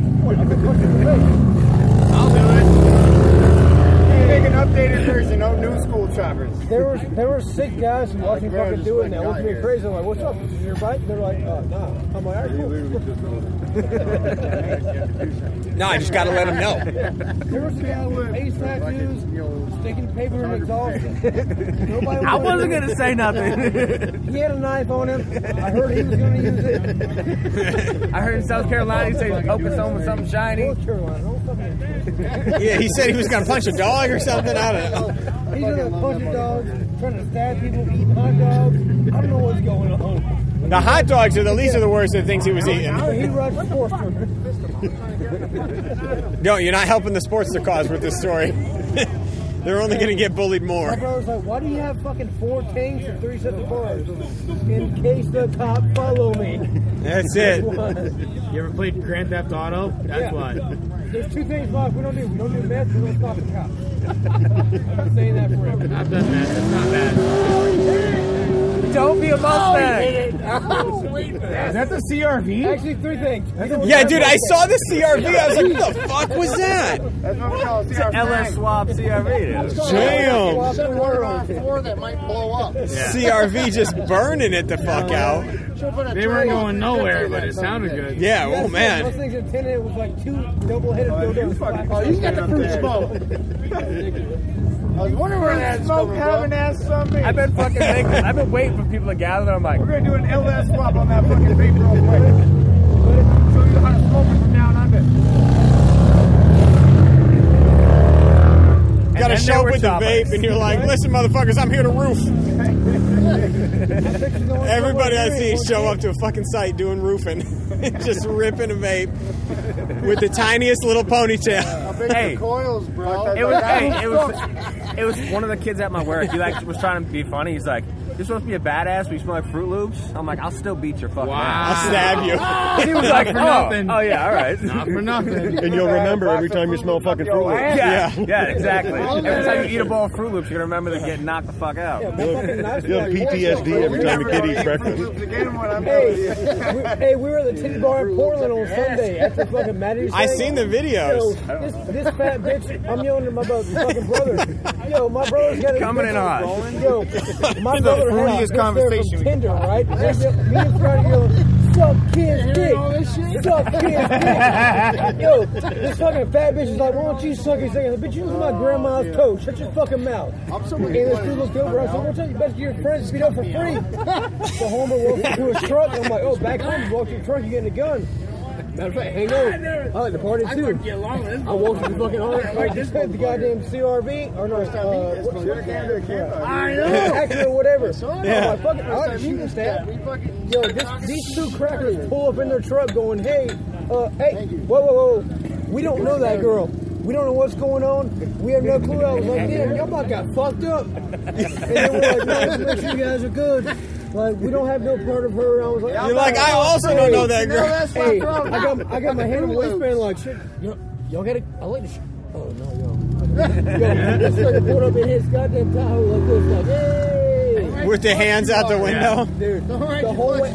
Make an updated version, no new school child.
choppers.
Oh,
There were there were sick guys who watched me
Like, bro,
fucking
just
do it, and they
fucking
looked at
out
me
here.
crazy. I'm like, "What's up? Is your bike?" They're like, "Uh, nah." I'm like, "All right, cool."
No, I just gotta let 'em know.
There was a guy with face tattoos, sticking paper in exhaust. Nobody
I
was
wasn't
do
gonna
it.
say nothing.
he had a knife on him. I heard he was gonna use it.
I heard in South Carolina he said he's poking someone with something shiny.
Yeah, he said he was gonna punch a dog or something. I don't know.
He's gonna punch a dog, trying to stab people, eating hot dogs. I don't know what's going on.
The hot dogs are the least of the worst of the things he was eating.
He rides a horse.
No, you're not helping the Sportster cause with this story. They're only gonna get bullied
My
more.
brother's like, why do you have fucking four tanks and three sets of cars? In case the cop follow me.
That's it.
You ever played Grand Theft Auto? That's
Yeah.
why.
There's two things Bob, we don't do. We don't do meth, we don't stop the cops. I'm saying that forever.
I've done that. That's not bad. Don't be a Mustang.
Is
that the CRV?
Actually, three things.
Yeah, dude, I saw the CRV. I was like, what the fuck was that?
That's what we call
LS swap CRV. dude.
Damn.
Seven world.
Four that might blow up.
CRV just burning it the fuck out.
Should've been a
They weren't
trailer.
going nowhere, but it sounded good.
Yeah, oh
Those
man.
things intended it was like two double-headed dildos.
Oh, you got the fruit smoke. I was wondering where that smoke coming ass something.
I've been fucking making, I've been waiting for people to gather. and I'm like,
gonna do an LS swap on that fucking vapor real quick. Show you how to smoke it from down under.
Gotta
then
show
there
up
were
with the
shoppers.
vape and you're like, listen, motherfuckers, I'm here to roof. Everybody I see show up to a fucking site doing roofing, just ripping a vape with the tiniest little ponytail.
Big
Hey.
coils, bro.
it was, hey, it was, it was one of the kids at my work. He like was trying to be funny. He's like, "You're supposed to be a badass, but you smell like Fruit Loops." I'm like, "I'll still beat your fucking
I'll
ass."
stab you.
He was like, "Oh, oh yeah, all right."
Not for nothing. And you'll remember every time you smell fucking Fruit Loops.
Yeah,
Yeah.
yeah, exactly. Every time you eat a bowl of Fruit Loops, you're gonna remember to get knocked the fuck out.
You'll have, you'll have PTSD every time a kid eats breakfast.
Hey, we, hey, we were at the titty bar in Portland on Sunday after fucking Maddie's
I
thing.
seen the videos.
Yo, this, this fat bitch, I'm yelling to my brother, fucking brother. Yo, my brother's got his
Coming in
bitch
hot.
on- Yo, my
The
brother
fruitiest
had
conversation
a conversation
we
from Tinder, right? Me and Friday yelling, suck kid's dick, suck kid's dick. Yo, this fucking fat bitch is like, why don't you suck his dick? I said, bitch, you look at my grandma's toe. Shut your fucking mouth. I'm so And this dude looked over. I said, what's up? You better get your friends beat up for free. So Homer walked into his truck. I'm like, oh, back home, you walk to your truck, you're getting a gun. Matter of fact, hang on. I like the party too. I walked to the fucking hall. Right, this the goddamn CRV or no? Uh, what's your I know. Acura, whatever. Yeah. I'm like, fuck it, I like to shoot this dad. Yo, this, these two crackers pull up in their truck going, hey, uh, hey, whoa, whoa, whoa. We don't know that girl. We don't know what's going on. We have no clue. I was like, damn, y'all about got fucked up. And they were like, no, let's make sure you guys are good. Like, we don't have no part of her. I was like,
You're like, I also don't know that girl.
Hey, I got, I got my hand in the waistband like, shit, y'all, y'all gotta, I like this. Oh, no, yo. yo, this nigga pulled up in his goddamn Tahoe like this, like, hey.
With the hands out the window.
Dude, the whole, way,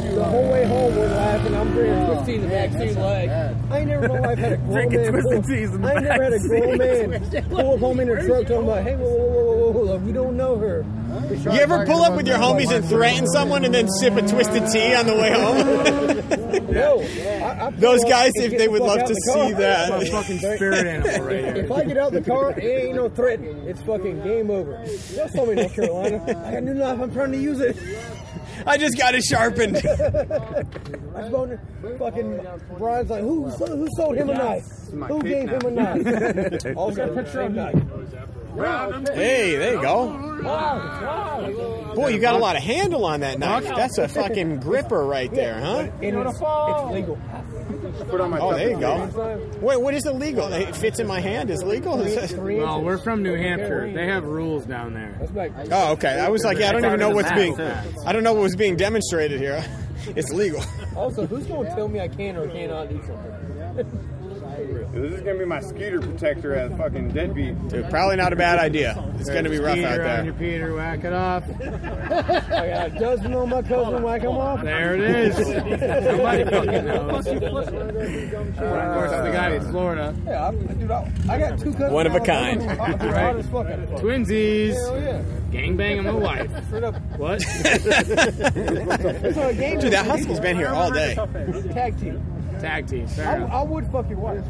uh,
the whole way home, we're laughing. I'm drinking twisty in the backseat, like, I ain't never in my life had a grown
Drinking
man. pull-
Twisted Teas in the
I ain't never had a grown
backseat.
man pull up home in their truck talking about, hey, whoa, whoa, whoa, whoa, whoa, like, we don't know her.
You ever pull up with your homies and threaten someone and then sip a twisted tea on the way home?
Yo, I, I pull
Those
up
guys,
and
if
get
they
the
would
fuck
love
out
to
the car.
see that.
Fucking spirit animal right here.
If I get out the car, it ain't no threat. It's fucking game over. That's told me North Carolina. I got a new knife. I'm trying to use it.
I just got it sharpened.
I just wanted fucking Brian's like, who so- who sold him a knife? Who gave him a knife? Also, a picture of knife.
Hey, there you go. Boy, you got a lot of handle on that knife. That's a fucking gripper right there, huh?
And it's, it's legal.
Oh, there you go. Wait, what is illegal? It fits in my hand. Is legal?
Three
Well,
inches.
Oh, we're from New Hampshire. They have rules down there.
That's like,
Oh, okay. I was like, yeah, I don't even know what's being. I don't know what was being demonstrated here. It's legal.
also, who's gonna tell me I can or cannot do something?
This is gonna be my skeeter protector at fucking deadbeat.
Dude, probably not a bad idea. It's gonna be rough out
Peter on your
there.
Peter, whack it off.
I got a dozen on my cousin whack him off.
There it is. Nobody fucking knows. of course, the guy in Florida.
Yeah, I, dude, I, I got two cousins.
One of a
I'm like,
kind.
I'm hot as fuck.
Twinsies.
Hell yeah.
Gang
banging my wife. What?
Dude, that hustle's been here all day.
Tag team.
Tag team.
I,
Fair enough.
I would fuck your wife.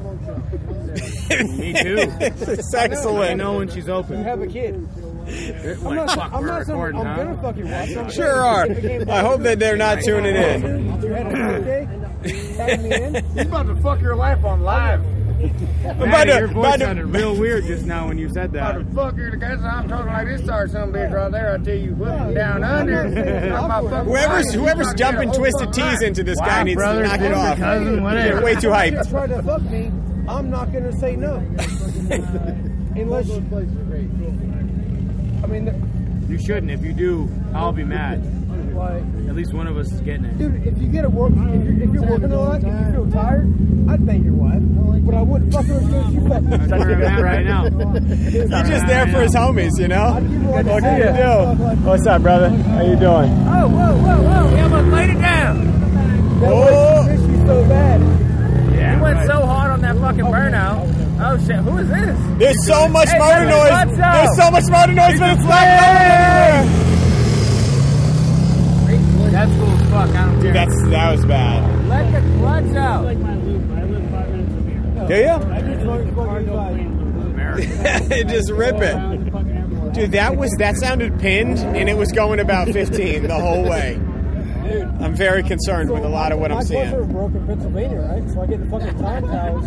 Me too.
excellent.
I know when she's open.
You have a kid.
Like,
not-
fuck,
I'm
we're
not saying-
recording,
I'm
huh?
gonna fuck your wife.
Sure are. I hope that they're not tuning in.
You had a good day. Tag me in.
He's about to fuck your life on live.
About to-
your voice
about to-
sounded real weird just now when you said that.
Motherfucker, the guys I'm talking like this are some bitch right there. I tell you, whip them down under.
Whoever's whoever's dumping twisted teas into this guy
Wow,
needs to
brother,
knock it
sister,
off.
cousin, whatever.
They're way too
If
hyped.
you try to fuck me, I'm not gonna say no. Unless you, I mean,
You shouldn't. If you do, I'll be mad. At least one of us is getting it.
dude, if you get a work, if you're, if you're working a lot and you feel tired, I'd bang your wife, but I wouldn't fuck her as soon as you fuck me.
That's where I'm at right now.
He's just there for his homies, you know. What can you do? What's up, brother? How you doing?
Oh, whoa, whoa, whoa! Yeah, but laid it down. That oh. was you so bad.
You went so hard on that fucking burnout. Oh shit, who is this?
There's so much
Hey,
motor
Kevin,
noise.
what's up?
There's so much motor noise, but it's not going anywhere.
That's cool as fuck. I don't
Dude,
care.
that's that was bad.
Let the clutch out.
Do you?
I just learned fucking fight.
just rip it. Dude, that was that sounded pinned, and it was going about 15 the whole way. I'm very concerned with a lot of what
My
I'm
clutch were
seeing.
broke in Pennsylvania, right? So I get the fucking time towels.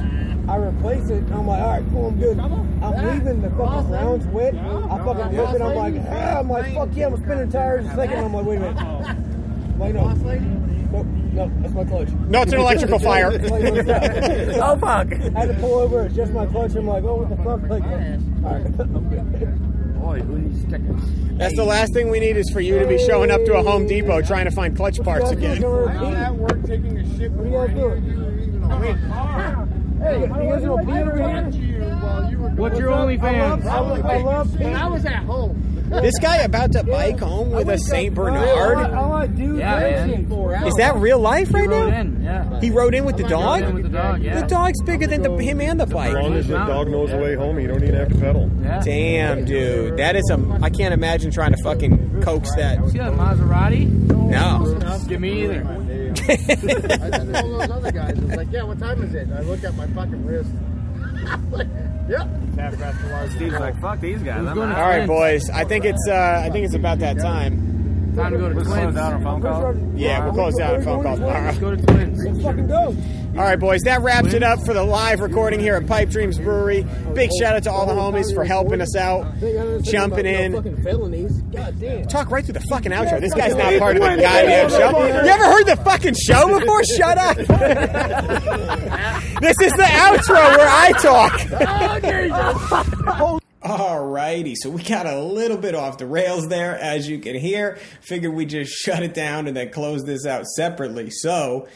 I replace it. And I'm like, all right, cool, I'm good. I'm leaving the fucking rounds wet. I fucking rip it. I'm like, ah, I'm like, fuck yeah, I'm spinning tires. Just thinking, I'm like, wait a minute. I'm like, no, no, no, that's my clutch.
No, it's an electrical fire.
oh fuck! I had to pull over, adjust my clutch. I'm like, oh, what the fuck? Like, all right, I'm good.
Boy, who needs stickers?
That's the last thing we need is for you to be showing up to a Home Depot trying to find clutch parts again.
at work taking a shit. What are you guys doing? Hey, you guys don't pee over here?
What's your OnlyFans?
I love, I love pee.
This guy about to bike home with a Saint Bernard.
I want to do
Yeah,
that
man.
shit for
Is that real life right
Throw it
now?
in, yeah.
He rode in with the
Throw it in
dog.
with the dog, yeah.
The dog's bigger than the, him and the
As long
bike.
as the dog knows the way home, you don't even have to pedal.
Yeah.
Damn, dude, that is a. I can't imagine trying to fucking coax that.
See that Maserati?
No.
Give me either.
I told those other guys, I was like, yeah, what time is it? And I looked at my fucking wrist. I'm like, yep.
Steve's like, fuck these guys.
Who's
I'm
going
out.
All right, boys. I think it's uh, I think it's about that time.
Time to go to
Let's close
Twins.
out on phone call.
Yeah, we'll close out a phone call. All right.
Go to Twins.
Let's fucking go.
All right, boys, that wraps it up for the live recording here at Pipe Dreams Brewery. Big shout out to all the homies for helping us out, jumping in.
Fucking felonies. God damn.
Talk right through the fucking outro. This guy's not part of the goddamn show. You ever heard the fucking show before? Shut up. This is the outro where I talk. Alrighty, so we got a little bit off the rails there, as you can hear. Figured we just shut it down and then close this out separately. So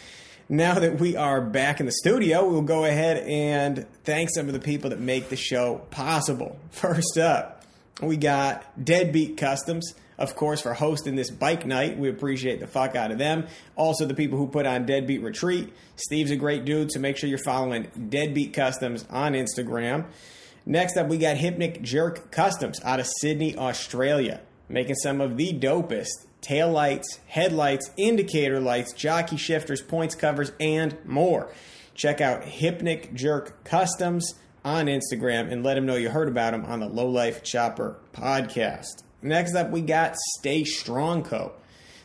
now that we are back in the studio, we'll go ahead and thank some of the people that make the show possible. First up, we got Deadbeat Customs, of course, for hosting this bike night. We appreciate the fuck out of them. Also, the people who put on Deadbeat Retreat. Steve's a great dude, so make sure you're following Deadbeat Customs on Instagram. Next up, we got Hypnic Jerk Customs out of Sydney, Australia, making some of the dopest tail lights, headlights, indicator lights, jockey shifters, points covers, and more. Check out Hypnic Jerk Customs on Instagram and let them know you heard about them on the Low Life Chopper podcast. Next up, we got Stay Strong Co.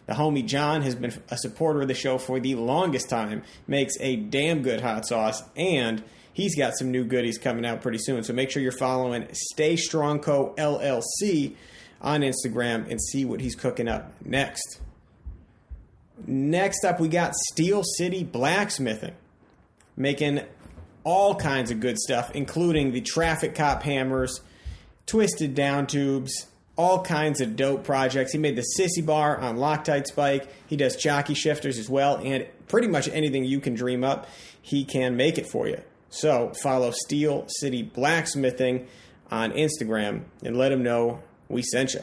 The homie John has been a supporter of the show for the longest time, makes a damn good hot sauce, and he's got some new goodies coming out pretty soon. So make sure you're following Stay Strong Co. LLC on Instagram and see what he's cooking up next. Next up, we got Steel City Blacksmithing, making all kinds of good stuff, including the traffic cop hammers, twisted down tubes, all kinds of dope projects. He made the sissy bar on Loctite Spike. He does jockey shifters as well, and pretty much anything you can dream up, he can make it for you. So follow Steel City Blacksmithing on Instagram and let him know we sent you.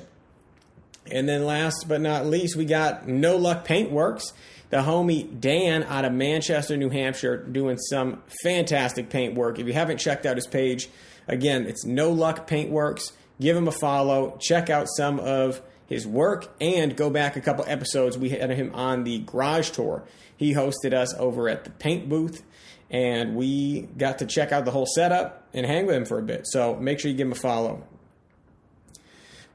And then last but not least, we got No Luck Paintworks. The homie Dan out of Manchester, New Hampshire, doing some fantastic paintwork. If you haven't checked out his page, again, it's No Luck Paintworks. Give him a follow. Check out some of his work and go back a couple episodes. We had him on the garage tour. He hosted us over at the paint booth and we got to check out the whole setup and hang with him for a bit. So make sure you give him a follow.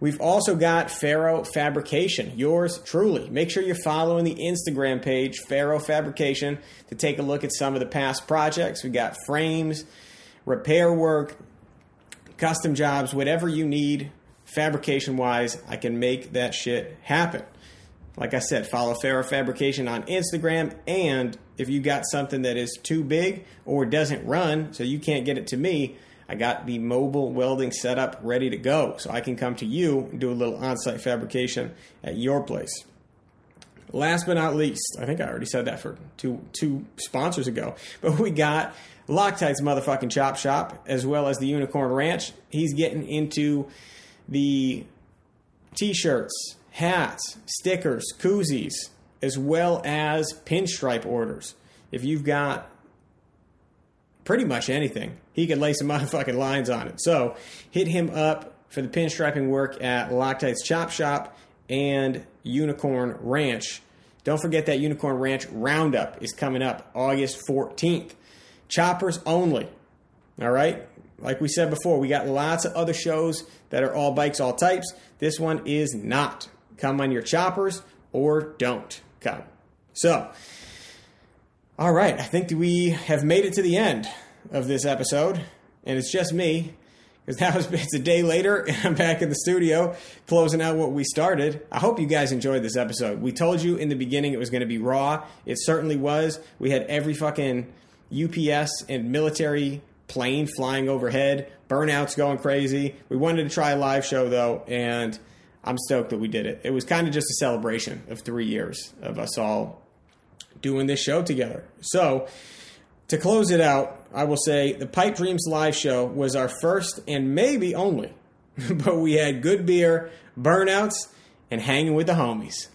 We've also got Faro Fabrication, yours truly. Make sure you're following the Instagram page, Faro Fabrication, to take a look at some of the past projects. We've got frames, repair work, custom jobs, whatever you need fabrication wise, I can make that shit happen. Like I said, follow Faro Fabrication on Instagram. And if you got something that is too big or doesn't run, so you can't get it to me, I got the mobile welding setup ready to go. So I can come to you and do a little on site fabrication at your place. Last but not least, I think I already said that for two two sponsors ago, but we got Loctite's motherfucking chop shop as well as the Unicorn Ranch. He's getting into the t-shirts, hats, stickers, koozies, as well as pinstripe orders. If you've got pretty much anything, he could lay some motherfucking lines on it. So hit him up for the pinstriping work at Loctite's Chop Shop and Unicorn Ranch. Don't forget that Unicorn Ranch Roundup is coming up August 14th. Choppers only. All right? Like we said before, we got lots of other shows that are all bikes, all types. This one is not. Come on your choppers or don't come. So, all right, I think we have made it to the end of this episode, and it's just me because now it's, it's a day later and I'm back in the studio closing out what we started. I hope you guys enjoyed this episode. We told you in the beginning it was going to be raw. It certainly was. We had every fucking UPS and military plane flying overhead, burnouts going crazy. We wanted to try a live show though, and I'm stoked that we did it. It was kind of just a celebration of three years of us all doing this show together. So, to close it out, I will say the Pipe Dreams live show was our first and maybe only, but we had good beer, burnouts, and hanging with the homies.